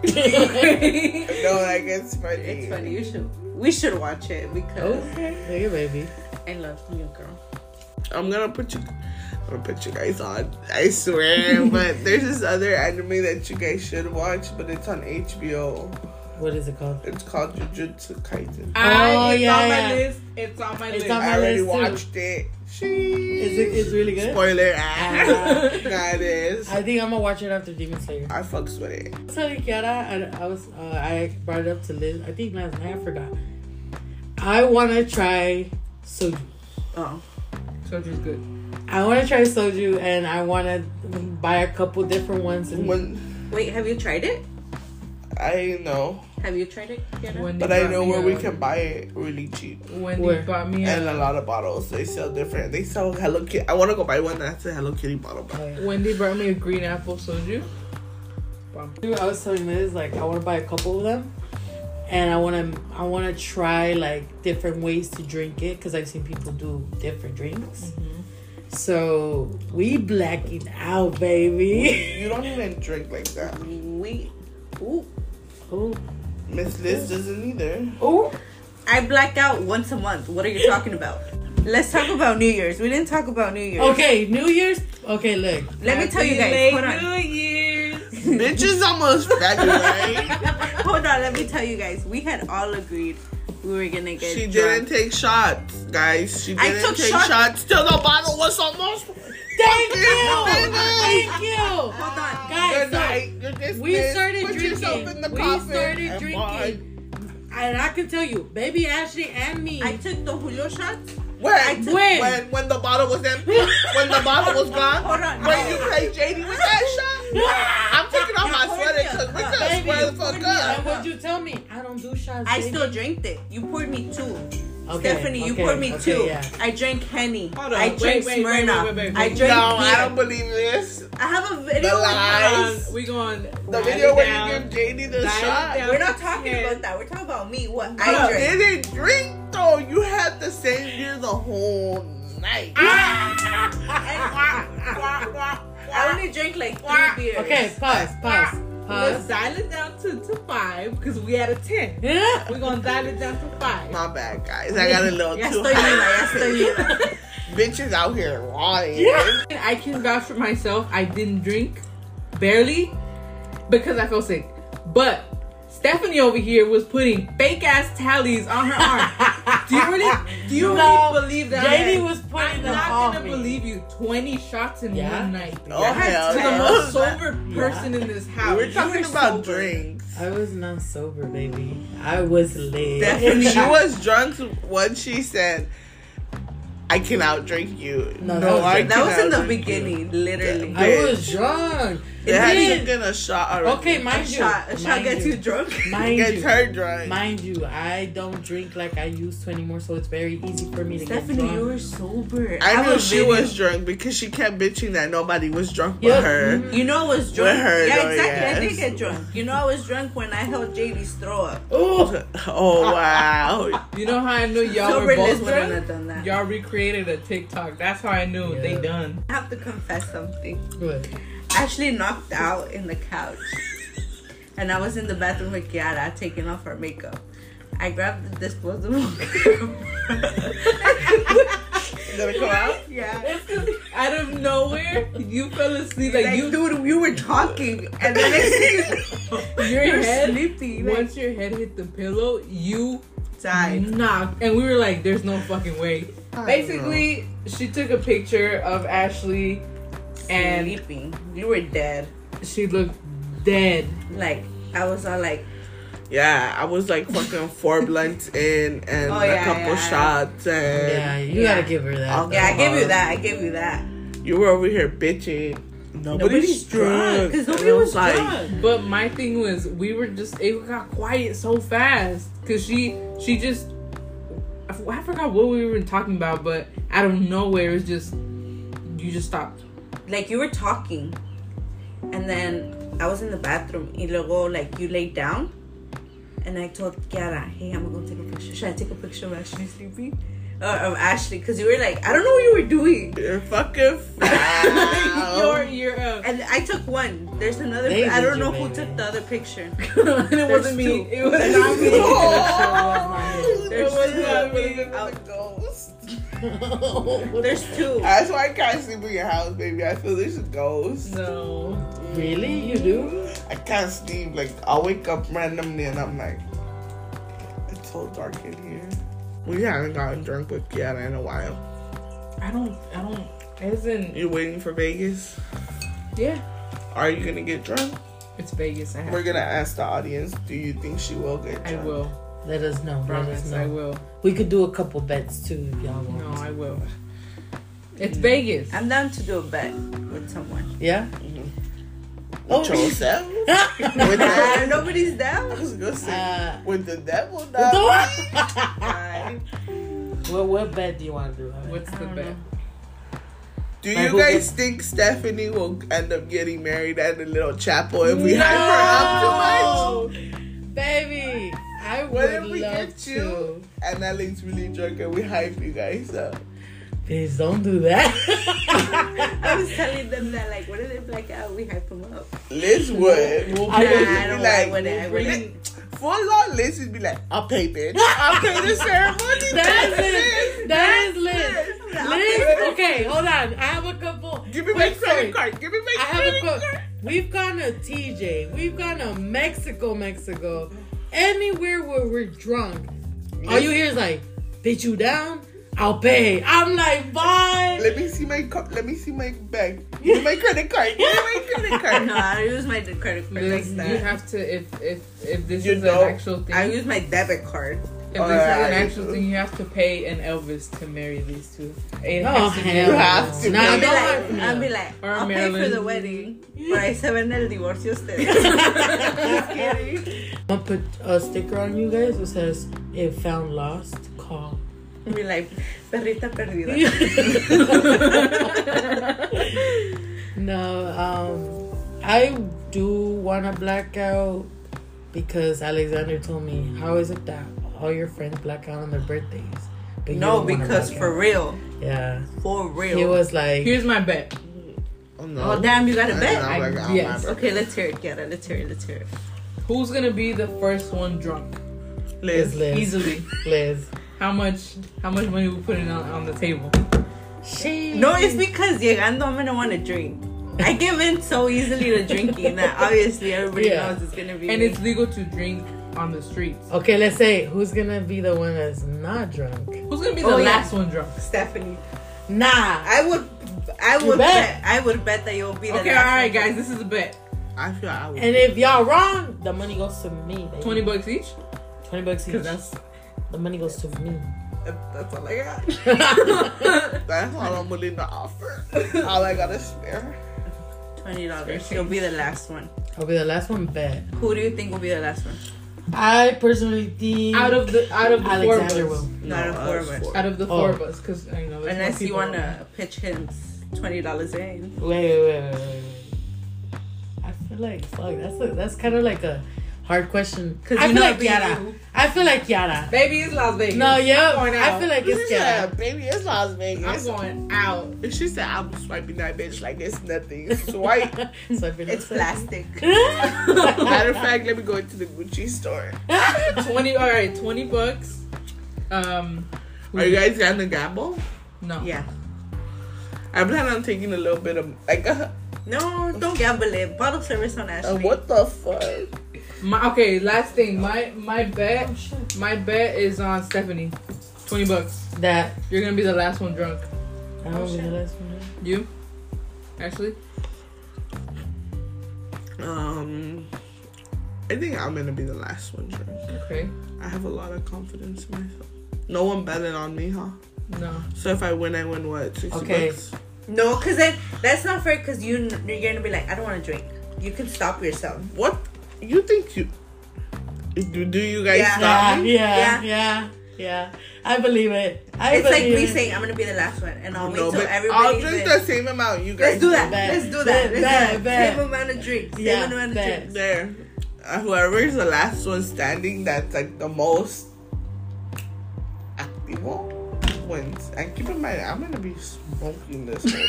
[SPEAKER 4] it's
[SPEAKER 3] No, like it's funny.
[SPEAKER 4] funny. You should. We should watch it because
[SPEAKER 1] Okay, look at baby.
[SPEAKER 4] I love New Girl.
[SPEAKER 3] I'm gonna put you. I'm gonna put you guys on. I swear. but there's this other anime that you guys should watch, but it's on HBO.
[SPEAKER 1] What is it called?
[SPEAKER 3] It's called Jujutsu Kaisen.
[SPEAKER 2] I,
[SPEAKER 1] Oh,
[SPEAKER 2] Ah, it's
[SPEAKER 1] yeah,
[SPEAKER 2] on
[SPEAKER 1] yeah.
[SPEAKER 2] my list. It's on my
[SPEAKER 1] It's
[SPEAKER 2] list.
[SPEAKER 1] on my
[SPEAKER 3] I already
[SPEAKER 1] list, too.
[SPEAKER 3] watched it. She.
[SPEAKER 1] Is it? It's really good.
[SPEAKER 3] Spoiler. Ah.
[SPEAKER 1] Ah.
[SPEAKER 3] nah, it is.
[SPEAKER 1] I think I'm gonna watch it after Demon Slayer.
[SPEAKER 3] I fucks with it.
[SPEAKER 1] So Kiara, I, I was uh, I brought it up to Liz. I think last night I forgot. I want to try soju.
[SPEAKER 4] Oh.
[SPEAKER 2] So just good.
[SPEAKER 1] I want to try soju, and I want to buy a couple different ones. And
[SPEAKER 3] When
[SPEAKER 4] Wait, have you tried it?
[SPEAKER 3] I know,
[SPEAKER 4] Have you tried it, Kiana?
[SPEAKER 2] Wendy
[SPEAKER 3] but I
[SPEAKER 2] bought
[SPEAKER 3] know
[SPEAKER 2] me
[SPEAKER 3] where we
[SPEAKER 2] a-
[SPEAKER 3] can buy it really cheap.
[SPEAKER 2] Wendy
[SPEAKER 1] Where?
[SPEAKER 2] bought me
[SPEAKER 3] And a
[SPEAKER 2] a,
[SPEAKER 3] lot of bottles. They sell different. They sell Hello Kitty. I want to go buy one that's a Hello Kitty bottle. But
[SPEAKER 1] Like,
[SPEAKER 2] Wendy brought me a green apple soju. Bomb.
[SPEAKER 1] I was telling Liz like I want to buy a couple of them, and I want to I want to try like different ways to drink it because I've seen people do different drinks.
[SPEAKER 4] Mm-hmm.
[SPEAKER 1] So we blacking out, baby.
[SPEAKER 3] you don't even drink like that.
[SPEAKER 4] We. Ooh. Oh,
[SPEAKER 1] Ooh,
[SPEAKER 3] Miss Liz doesn't either.
[SPEAKER 1] ooh.
[SPEAKER 4] I black out once a month. What are you talking about? Let's talk about New Year's. We didn't talk about New Year's.
[SPEAKER 1] Okay, New Year's. Okay, look.
[SPEAKER 4] Let me tell you guys.
[SPEAKER 2] Happy
[SPEAKER 4] hold on.
[SPEAKER 2] New Year's.
[SPEAKER 3] Bitch is almost February.
[SPEAKER 4] Hold on. Let me tell you guys. We had all agreed we were gonna get.
[SPEAKER 3] she didn't
[SPEAKER 4] drunk.
[SPEAKER 3] take shots, guys. She
[SPEAKER 4] I
[SPEAKER 3] didn't
[SPEAKER 4] took
[SPEAKER 3] take
[SPEAKER 4] shots.
[SPEAKER 3] shots till the bottle was almost.
[SPEAKER 1] Thank you.
[SPEAKER 3] Thank you.
[SPEAKER 1] Thank you.
[SPEAKER 4] Hold on.
[SPEAKER 1] Guys,
[SPEAKER 3] Good
[SPEAKER 1] so
[SPEAKER 3] night. You're dismissed.
[SPEAKER 1] we started
[SPEAKER 3] Put yourself
[SPEAKER 1] drinking.
[SPEAKER 3] in the
[SPEAKER 1] We
[SPEAKER 3] coffin
[SPEAKER 1] started
[SPEAKER 3] and bye.
[SPEAKER 1] drinking. And I can tell you, baby Ashley and me.
[SPEAKER 4] I took the Julio shots.
[SPEAKER 3] When?
[SPEAKER 1] took-
[SPEAKER 3] when?
[SPEAKER 1] When?
[SPEAKER 3] When? the bottle was empty? when the bottle was gone?
[SPEAKER 4] Hold on,
[SPEAKER 3] When
[SPEAKER 4] no.
[SPEAKER 3] you played JD with that shot? I'm taking off my
[SPEAKER 4] California.
[SPEAKER 3] sweater because we
[SPEAKER 1] Baby,
[SPEAKER 3] could swear the fuck
[SPEAKER 1] and
[SPEAKER 3] up.
[SPEAKER 1] what you tell me? I don't do shots.
[SPEAKER 4] I
[SPEAKER 1] baby.
[SPEAKER 4] still drank it. You poured me two.
[SPEAKER 1] Okay,
[SPEAKER 4] Stephanie, you
[SPEAKER 1] okay,
[SPEAKER 4] poured me
[SPEAKER 1] okay,
[SPEAKER 4] two.
[SPEAKER 1] yeah.
[SPEAKER 4] I drank Henny.
[SPEAKER 2] Hold on.
[SPEAKER 4] I
[SPEAKER 2] Wait,
[SPEAKER 4] drank
[SPEAKER 2] wait, wait, wait,
[SPEAKER 4] Smirnoff.
[SPEAKER 2] wait, wait,
[SPEAKER 4] I
[SPEAKER 2] wait.
[SPEAKER 4] drank
[SPEAKER 3] No, I
[SPEAKER 4] beer.
[SPEAKER 3] don't believe this.
[SPEAKER 4] I have a video.
[SPEAKER 3] The
[SPEAKER 4] with
[SPEAKER 3] lie.
[SPEAKER 4] my-
[SPEAKER 2] Um, we going.
[SPEAKER 3] The video where you give JD the
[SPEAKER 2] Dial it down.
[SPEAKER 3] shot.
[SPEAKER 4] We're not talking
[SPEAKER 2] Yeah.
[SPEAKER 4] about that. We're talking about me. What
[SPEAKER 3] You
[SPEAKER 4] I drank.
[SPEAKER 3] didn't drink though. You had the same beer the whole night.
[SPEAKER 2] Ah.
[SPEAKER 4] I only drank like three beers.
[SPEAKER 1] Okay, pause, pause,
[SPEAKER 2] Let's
[SPEAKER 1] pause.
[SPEAKER 2] dial it down to, to five because we had a ten.
[SPEAKER 1] Yeah.
[SPEAKER 2] We're gonna dial it down to five.
[SPEAKER 3] My bad, guys. I got a little
[SPEAKER 4] Ya
[SPEAKER 3] too
[SPEAKER 4] estoy
[SPEAKER 3] high.
[SPEAKER 4] llena, ya estoy llena.
[SPEAKER 3] Bitches out here lying.
[SPEAKER 2] I can vouch for myself. I didn't drink, barely, because I felt sick. But Stephanie over here was putting fake ass tallies on her arm. do you really? Do you
[SPEAKER 1] No,
[SPEAKER 2] really believe that?
[SPEAKER 1] JD was putting
[SPEAKER 2] I'm
[SPEAKER 1] them
[SPEAKER 2] not
[SPEAKER 1] on
[SPEAKER 2] gonna
[SPEAKER 1] me.
[SPEAKER 2] believe you. Twenty shots in
[SPEAKER 1] Yeah.
[SPEAKER 2] one night.
[SPEAKER 3] Oh,
[SPEAKER 2] I had
[SPEAKER 3] hell
[SPEAKER 2] to the
[SPEAKER 3] yeah.
[SPEAKER 2] most sober person in this house.
[SPEAKER 3] We're
[SPEAKER 2] You
[SPEAKER 3] talking
[SPEAKER 2] were
[SPEAKER 3] about
[SPEAKER 2] sober.
[SPEAKER 3] drinks.
[SPEAKER 1] I was not sober, baby. I was lit.
[SPEAKER 3] Definitely. she was drunk when she said, "I can outdrink you."
[SPEAKER 1] No,
[SPEAKER 3] No,
[SPEAKER 1] that was-
[SPEAKER 3] I
[SPEAKER 4] That was in the
[SPEAKER 3] cannot drink you.
[SPEAKER 4] beginning, literally.
[SPEAKER 1] I was drunk.
[SPEAKER 3] They
[SPEAKER 1] It
[SPEAKER 3] had
[SPEAKER 1] didn't-
[SPEAKER 3] taken a shot already.
[SPEAKER 1] Okay,
[SPEAKER 4] A
[SPEAKER 1] mind you,
[SPEAKER 4] shot, a shot
[SPEAKER 1] mind
[SPEAKER 4] gets you drunk.
[SPEAKER 1] Mind
[SPEAKER 3] Gets
[SPEAKER 1] you.
[SPEAKER 3] her drunk.
[SPEAKER 1] Mind you, I don't drink like I used to anymore, so it's very easy for me to get
[SPEAKER 4] Stephanie,
[SPEAKER 1] drunk.
[SPEAKER 4] you were sober.
[SPEAKER 3] I
[SPEAKER 4] have
[SPEAKER 3] knew
[SPEAKER 4] a
[SPEAKER 3] she
[SPEAKER 4] video.
[SPEAKER 3] was drunk because she kept bitching that nobody was drunk
[SPEAKER 1] Yep.
[SPEAKER 3] but her.
[SPEAKER 4] You know I was drunk.
[SPEAKER 3] With her,
[SPEAKER 4] yeah,
[SPEAKER 3] though,
[SPEAKER 4] exactly.
[SPEAKER 3] yes.
[SPEAKER 4] I did get drunk. You know I was drunk when I held JD's throw up.
[SPEAKER 1] Ooh,
[SPEAKER 3] Oh wow!
[SPEAKER 2] You know how I knew y'all were
[SPEAKER 4] Soberless
[SPEAKER 2] both
[SPEAKER 4] would have not
[SPEAKER 2] drunk?
[SPEAKER 4] done that.
[SPEAKER 2] Y'all recreated a TikTok. That's how I knew they
[SPEAKER 1] Yeah.
[SPEAKER 2] done.
[SPEAKER 4] I have to confess something.
[SPEAKER 1] good.
[SPEAKER 4] Ashley knocked out in the couch, and I was in the bathroom with Kiara taking off her makeup. I grabbed the disposable.
[SPEAKER 3] Gonna come out?
[SPEAKER 4] yeah.
[SPEAKER 2] Out of nowhere, you fell asleep like,
[SPEAKER 4] Like,
[SPEAKER 2] you
[SPEAKER 4] dude, you were talking, and the next thing
[SPEAKER 2] your
[SPEAKER 4] you're
[SPEAKER 2] head
[SPEAKER 4] sleepy. Like,
[SPEAKER 2] once your head hit the pillow you
[SPEAKER 4] died.
[SPEAKER 2] knocked and we were like there's no fucking way
[SPEAKER 3] I don't
[SPEAKER 2] Basically, she took a picture of Ashley and
[SPEAKER 4] And sleeping. You were dead.
[SPEAKER 2] she looked dead.
[SPEAKER 4] Like I was all like,
[SPEAKER 3] know. yeah, I was like fucking four blunts in and
[SPEAKER 4] Oh,
[SPEAKER 3] a
[SPEAKER 4] yeah,
[SPEAKER 3] couple
[SPEAKER 4] yeah.
[SPEAKER 3] shots,
[SPEAKER 1] Yeah,
[SPEAKER 3] and
[SPEAKER 1] you
[SPEAKER 4] Yeah.
[SPEAKER 1] gotta give her that.
[SPEAKER 3] I'll-
[SPEAKER 1] though.
[SPEAKER 4] yeah, I gave you that. I gave you that.
[SPEAKER 3] you were over here bitching. Nobody's, drunk.
[SPEAKER 4] because
[SPEAKER 3] And
[SPEAKER 4] nobody
[SPEAKER 3] I
[SPEAKER 4] was drunk.
[SPEAKER 2] But my thing was, we were just it got quiet so fast because she she just I f- I forgot what we were talking about, but out of nowhere it was just you just stopped.
[SPEAKER 4] Like you were talking, and then I was in the bathroom. Y luego, like you laid down, and I told Kiara, "Hey, I'm gonna go take a picture. Should I take a picture of Ashley sleeping?" Or of Ashley, because you were like, I don't know what you were doing.
[SPEAKER 3] You're fucking
[SPEAKER 2] your
[SPEAKER 3] foul.
[SPEAKER 2] your uh,
[SPEAKER 4] And I took one. There's another.
[SPEAKER 1] They
[SPEAKER 4] I don't
[SPEAKER 1] did you,
[SPEAKER 4] know who
[SPEAKER 1] baby.
[SPEAKER 4] took the other picture.
[SPEAKER 2] and it wasn't me.
[SPEAKER 4] two.
[SPEAKER 2] It was not me. It
[SPEAKER 4] There's
[SPEAKER 2] was
[SPEAKER 4] two.
[SPEAKER 2] not
[SPEAKER 4] There's
[SPEAKER 2] me.
[SPEAKER 4] two. out.
[SPEAKER 3] ghost.
[SPEAKER 4] There's two.
[SPEAKER 3] That's why I can't sleep in your house, baby. I feel there's a ghost.
[SPEAKER 2] No.
[SPEAKER 1] really? You do?
[SPEAKER 3] I can't sleep. Like I'll wake up randomly and I'm like, it's so dark in here. We haven't gotten drunk with Kiana in a while.
[SPEAKER 2] I don't. I don't. Isn't
[SPEAKER 3] You waiting for Vegas?
[SPEAKER 2] yeah?
[SPEAKER 3] Are you gonna get drunk?
[SPEAKER 2] It's Vegas. I have.
[SPEAKER 3] We're gonna ask the audience. Do you think she will get
[SPEAKER 2] I
[SPEAKER 3] drunk?
[SPEAKER 2] will.
[SPEAKER 1] Let us know. Let us
[SPEAKER 2] Promise. I
[SPEAKER 1] know.
[SPEAKER 2] will.
[SPEAKER 1] We could do a couple bets too if y'all want.
[SPEAKER 2] No, I will. It's
[SPEAKER 4] Mm.
[SPEAKER 2] Vegas.
[SPEAKER 4] I'm down to do a bet with someone.
[SPEAKER 1] Yeah? Oh,
[SPEAKER 3] With yourself? with
[SPEAKER 4] Ah,
[SPEAKER 3] the,
[SPEAKER 4] nobody's
[SPEAKER 3] I
[SPEAKER 4] down.
[SPEAKER 3] was gonna say
[SPEAKER 1] Uh,
[SPEAKER 3] with the devil.
[SPEAKER 1] what,
[SPEAKER 3] dog.
[SPEAKER 1] what, what bet do you want to do? honey?
[SPEAKER 2] What's
[SPEAKER 4] I
[SPEAKER 2] the
[SPEAKER 4] don't
[SPEAKER 2] bet?
[SPEAKER 3] Do
[SPEAKER 1] Like,
[SPEAKER 3] you
[SPEAKER 1] who
[SPEAKER 3] guys
[SPEAKER 1] gets-
[SPEAKER 3] think Stephanie will end up getting married at a little chapel if we
[SPEAKER 1] no!
[SPEAKER 3] hype her up too much?
[SPEAKER 1] Baby, I
[SPEAKER 3] What
[SPEAKER 1] would
[SPEAKER 3] if we
[SPEAKER 1] love
[SPEAKER 3] get
[SPEAKER 1] to.
[SPEAKER 3] you? And Alex really drunk and we hype you guys up.
[SPEAKER 1] Please don't do that.
[SPEAKER 4] I was telling them that, like, what if they black out? We hype them up.
[SPEAKER 3] Liz would. We'll
[SPEAKER 1] I
[SPEAKER 3] Liz
[SPEAKER 1] would
[SPEAKER 3] would
[SPEAKER 4] I don't
[SPEAKER 3] be
[SPEAKER 4] like,
[SPEAKER 3] like,
[SPEAKER 4] what I wouldn't.
[SPEAKER 3] Liz- full on Liz would be like, I'll pay bitch. I'll pay the ceremony.
[SPEAKER 1] That
[SPEAKER 3] bitch."
[SPEAKER 1] is it. That is lit. Liz, okay, hold on. I have a couple.
[SPEAKER 3] Give me my
[SPEAKER 1] Wait,
[SPEAKER 3] credit
[SPEAKER 1] sorry.
[SPEAKER 3] card. Give me my
[SPEAKER 1] I have a
[SPEAKER 3] credit
[SPEAKER 1] quote.
[SPEAKER 3] card.
[SPEAKER 1] We've gone to TJ. We've gone to Mexico, Mexico. Anywhere where we're drunk, all you hear is like, "Bitch, you down? I'll pay." I'm like, "Bye."
[SPEAKER 3] Let me see my co- let me see my bag. Give me my credit card. Give me my credit card.
[SPEAKER 4] No, I use my de- credit card like
[SPEAKER 2] Liz, you
[SPEAKER 4] that.
[SPEAKER 2] have to if if if this
[SPEAKER 3] You
[SPEAKER 2] is
[SPEAKER 3] know,
[SPEAKER 2] an actual thing.
[SPEAKER 4] I use my debit card.
[SPEAKER 2] if this is an
[SPEAKER 3] Alright.
[SPEAKER 2] actual thing, you have to pay an Elvis to marry these two. It
[SPEAKER 1] Oh
[SPEAKER 2] has to be
[SPEAKER 1] hell,
[SPEAKER 3] You
[SPEAKER 1] no.
[SPEAKER 3] have to.
[SPEAKER 1] Nah,
[SPEAKER 3] I'll
[SPEAKER 4] I'll be
[SPEAKER 1] don't
[SPEAKER 4] like,
[SPEAKER 1] worry.
[SPEAKER 4] I'll, be like,
[SPEAKER 2] Or
[SPEAKER 4] I'll pay for
[SPEAKER 2] Marilyn.
[SPEAKER 4] the wedding, but I se ven el divorcio ustedes.
[SPEAKER 1] I'm gonna put a sticker on you guys that says, "If found lost, call."
[SPEAKER 4] I'll be like, perrita perdida.
[SPEAKER 1] no, um, I do want to black out because Alexander told me, "How is it that all your friends black out on their birthdays?" But you
[SPEAKER 4] No,
[SPEAKER 1] don't wanna
[SPEAKER 4] because
[SPEAKER 1] black
[SPEAKER 4] for
[SPEAKER 1] out?"
[SPEAKER 4] real,
[SPEAKER 1] yeah,
[SPEAKER 4] for real.
[SPEAKER 1] he was like,
[SPEAKER 2] Here's my bet.
[SPEAKER 3] Oh, no.
[SPEAKER 4] oh damn, you got a
[SPEAKER 3] I-
[SPEAKER 4] bet.
[SPEAKER 3] I'm like,
[SPEAKER 2] I-
[SPEAKER 3] I'm
[SPEAKER 2] yes.
[SPEAKER 3] not-
[SPEAKER 4] Okay, let's hear it, Kiara. Let's hear it. Let's hear it.
[SPEAKER 2] Who's gonna be the first one drunk
[SPEAKER 1] "Liz,
[SPEAKER 3] Liz.
[SPEAKER 1] Liz,
[SPEAKER 2] easily?
[SPEAKER 1] Liz."
[SPEAKER 2] How much? How much money we putting on on the table?
[SPEAKER 1] She
[SPEAKER 4] No, it's because llegando, I'm gonna want to drink. I give in so easily to drinking that obviously everybody
[SPEAKER 1] Yeah.
[SPEAKER 4] knows it's gonna be.
[SPEAKER 2] And
[SPEAKER 4] me.
[SPEAKER 2] it's legal to drink on the streets.
[SPEAKER 1] okay. Let's say who's gonna be the one that's not drunk?
[SPEAKER 2] Who's gonna be the
[SPEAKER 4] Oh, yeah.
[SPEAKER 2] last one drunk?
[SPEAKER 4] Stephanie.
[SPEAKER 1] Nah,
[SPEAKER 4] I would, I
[SPEAKER 1] You
[SPEAKER 4] would bet.
[SPEAKER 1] bet.
[SPEAKER 4] I would bet that you'll be the
[SPEAKER 2] Okay, all
[SPEAKER 4] last
[SPEAKER 2] right,
[SPEAKER 4] one.
[SPEAKER 2] guys, this is a bet.
[SPEAKER 3] I feel I would.
[SPEAKER 1] and if y'all wrong, the money goes to me. Baby.
[SPEAKER 2] Twenty bucks each.
[SPEAKER 1] 20 bucks each.
[SPEAKER 2] Cause that's
[SPEAKER 1] the money goes to me.
[SPEAKER 4] That's all I got.
[SPEAKER 3] That's all I'm willing to offer. All I got is spare.
[SPEAKER 4] Twenty dollars.
[SPEAKER 2] Fair
[SPEAKER 4] You'll be the last one.
[SPEAKER 1] I'll be the last one. Bet.
[SPEAKER 4] Who do you think will be the last one?
[SPEAKER 1] I personally think
[SPEAKER 2] out of the out of the
[SPEAKER 1] Alexander
[SPEAKER 2] four of us.
[SPEAKER 1] will.
[SPEAKER 4] Not a
[SPEAKER 3] No,
[SPEAKER 4] uh, four
[SPEAKER 3] us
[SPEAKER 4] of us.
[SPEAKER 3] four.
[SPEAKER 2] Out of the four
[SPEAKER 1] Oh.
[SPEAKER 2] of us, because I know. there's more
[SPEAKER 4] Unless you
[SPEAKER 2] people.
[SPEAKER 4] wanna pitch him twenty dollars in.
[SPEAKER 1] Wait, wait, wait, wait, wait, wait. I feel like fuck. That's a, that's kind of like a hard question.
[SPEAKER 4] 'Cause
[SPEAKER 1] I feel
[SPEAKER 4] you know
[SPEAKER 1] like
[SPEAKER 4] it'd be
[SPEAKER 1] Yara.
[SPEAKER 4] you.
[SPEAKER 1] I feel like Yara.
[SPEAKER 2] Baby, it's Las Vegas.
[SPEAKER 1] No, yeah.
[SPEAKER 2] Come on
[SPEAKER 1] I
[SPEAKER 2] out.
[SPEAKER 1] feel like it's
[SPEAKER 3] yeah,
[SPEAKER 1] Yara.
[SPEAKER 3] baby, it's Las
[SPEAKER 2] I'm
[SPEAKER 3] Vegas.
[SPEAKER 2] going out.
[SPEAKER 3] If she said I'm swiping that bitch like it's nothing. Swipe.
[SPEAKER 1] So I'd be like,
[SPEAKER 4] It's plastic.
[SPEAKER 3] Matter of fact, let me go into the Gucci store.
[SPEAKER 2] Twenty. All right, twenty bucks. Um,
[SPEAKER 3] Are you guys gonna gamble?
[SPEAKER 2] no.
[SPEAKER 4] Yeah.
[SPEAKER 3] I plan on taking a little bit of like a,
[SPEAKER 4] No, don't gamble it. Bottle service on Ashley.
[SPEAKER 3] a
[SPEAKER 1] Uh,
[SPEAKER 3] what the fuck?
[SPEAKER 1] Oh,
[SPEAKER 2] My, okay, last thing. My my bet. My bet is on Stephanie. Twenty bucks.
[SPEAKER 1] That
[SPEAKER 2] You're gonna be the last one drunk.
[SPEAKER 1] I don't know the last one.
[SPEAKER 2] You? Ashley?
[SPEAKER 3] Um, I think I'm gonna be the last one drunk.
[SPEAKER 2] Okay.
[SPEAKER 3] I have a lot of confidence in myself. No one betted on me, huh?
[SPEAKER 2] No.
[SPEAKER 3] So if I win, I win what? Sixty
[SPEAKER 1] Okay.
[SPEAKER 3] bucks.
[SPEAKER 4] No, because then that's not fair. Because you you're gonna be like, I don't want to drink. You can stop yourself.
[SPEAKER 3] What? You think you? Do, do you guys
[SPEAKER 4] Yeah.
[SPEAKER 3] stop?
[SPEAKER 1] Yeah,
[SPEAKER 3] me?
[SPEAKER 1] yeah, yeah,
[SPEAKER 4] Yeah.
[SPEAKER 1] yeah, I believe it. I
[SPEAKER 4] it's like
[SPEAKER 1] believe
[SPEAKER 4] me
[SPEAKER 1] it.
[SPEAKER 4] saying I'm gonna be the last one, and I'll
[SPEAKER 3] No,
[SPEAKER 4] wait
[SPEAKER 3] but
[SPEAKER 4] till
[SPEAKER 3] I'll
[SPEAKER 4] everybody's
[SPEAKER 3] drink
[SPEAKER 4] in.
[SPEAKER 3] the same amount. You guys
[SPEAKER 4] Let's do that.
[SPEAKER 1] Bet,
[SPEAKER 4] Let's do that.
[SPEAKER 1] bet,
[SPEAKER 4] Let's do that.
[SPEAKER 1] bet, bet.
[SPEAKER 4] Same amount of drinks. Same
[SPEAKER 1] Yeah,
[SPEAKER 4] amount of
[SPEAKER 1] bet.
[SPEAKER 4] drinks.
[SPEAKER 3] There. Uh, whoever's the last one standing that's like the most activo wins. And keep in mind, I'm gonna be smoking this whole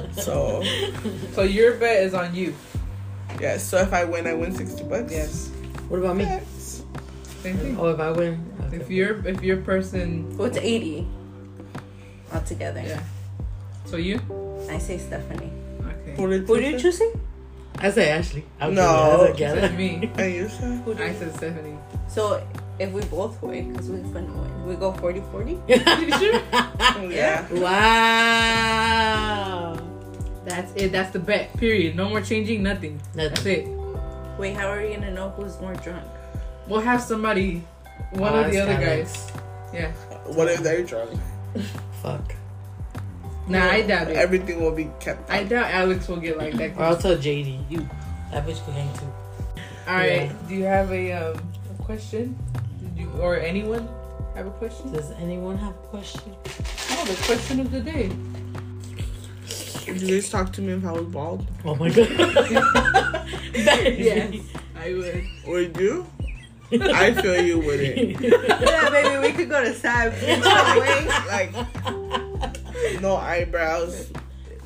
[SPEAKER 3] time. so,
[SPEAKER 2] So your bet is on you.
[SPEAKER 3] yeah, so if I win, I win 60 bucks.
[SPEAKER 1] what about me?
[SPEAKER 3] Yes.
[SPEAKER 2] Same thing.
[SPEAKER 1] Oh, if I win, okay.
[SPEAKER 2] If your if your person
[SPEAKER 4] What's eighty altogether?
[SPEAKER 2] Yeah. So you?
[SPEAKER 4] I say Stephanie.
[SPEAKER 2] Okay.
[SPEAKER 4] Who are you
[SPEAKER 3] Politician.
[SPEAKER 4] choosing?
[SPEAKER 1] I say Ashley. I'll
[SPEAKER 3] No.
[SPEAKER 1] do it.
[SPEAKER 2] Said
[SPEAKER 1] That's
[SPEAKER 2] me.
[SPEAKER 3] And you said?
[SPEAKER 4] Who do
[SPEAKER 2] I
[SPEAKER 4] you?
[SPEAKER 2] said Stephanie.
[SPEAKER 4] So if we both win, because we fun win, we go 40-40?
[SPEAKER 1] okay.
[SPEAKER 2] You sure?
[SPEAKER 3] Yeah.
[SPEAKER 1] wow.
[SPEAKER 2] That's it. That's the bet. Period. No more changing. Nothing. That's it.
[SPEAKER 4] Wait, how are we gonna know who's more drunk?
[SPEAKER 2] We'll have somebody, one
[SPEAKER 1] Oh,
[SPEAKER 2] of the
[SPEAKER 1] that's
[SPEAKER 2] other
[SPEAKER 1] Alex.
[SPEAKER 2] guys. Yeah.
[SPEAKER 3] What if they're drunk?
[SPEAKER 1] Fuck.
[SPEAKER 2] Nah, I doubt it.
[SPEAKER 3] Everything will be kept.
[SPEAKER 2] I doubt Alex will get like that.
[SPEAKER 1] Or I'll tell JD. You. That bitch could hang too.
[SPEAKER 2] All right.
[SPEAKER 1] Yeah.
[SPEAKER 2] Do you have a, um, a question? Did you or anyone have a question?
[SPEAKER 1] Does anyone have a question?
[SPEAKER 2] Oh, the question of the day.
[SPEAKER 3] Did you guys talk to me if I was bald?
[SPEAKER 1] Oh my god.
[SPEAKER 2] Yes, I would.
[SPEAKER 3] Would you? I feel you wouldn't.
[SPEAKER 4] yeah, baby, we could go to Sabs.
[SPEAKER 3] like, no eyebrows.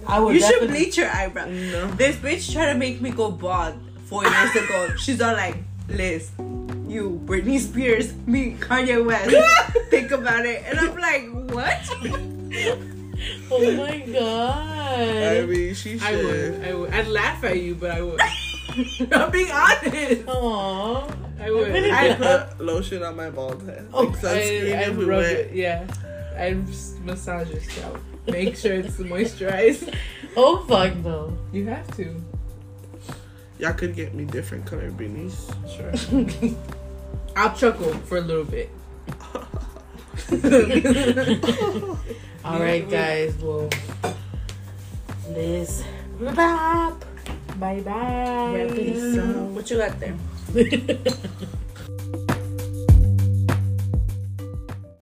[SPEAKER 1] I would
[SPEAKER 4] you should
[SPEAKER 1] definitely-
[SPEAKER 4] bleach your eyebrow.
[SPEAKER 3] No.
[SPEAKER 4] This bitch tried to make me go bald four years ago. She's all like, Liz, you, Britney Spears, me, Kanye West. Think about it. And I'm like, what?
[SPEAKER 1] Oh my god.
[SPEAKER 3] I mean, she should.
[SPEAKER 2] I would. I would. I'd laugh at you, but I would. I'm being honest.
[SPEAKER 1] Aww.
[SPEAKER 2] I would.
[SPEAKER 1] really
[SPEAKER 2] I,
[SPEAKER 3] I
[SPEAKER 1] Yeah.
[SPEAKER 3] put lotion on my bald head.
[SPEAKER 1] Oh,
[SPEAKER 3] like sunscreen
[SPEAKER 2] I, I rub
[SPEAKER 3] everywhere.
[SPEAKER 2] it. Yeah. I s- massage your scalp. Make sure it's moisturized.
[SPEAKER 1] Oh fuck no.
[SPEAKER 2] You have to.
[SPEAKER 3] Y'all could get me different color beanies.
[SPEAKER 2] Sure. I'll chuckle for a little bit.
[SPEAKER 1] All right, guys. Well, this wrap.
[SPEAKER 2] Bye bye.
[SPEAKER 4] What you got there?
[SPEAKER 1] All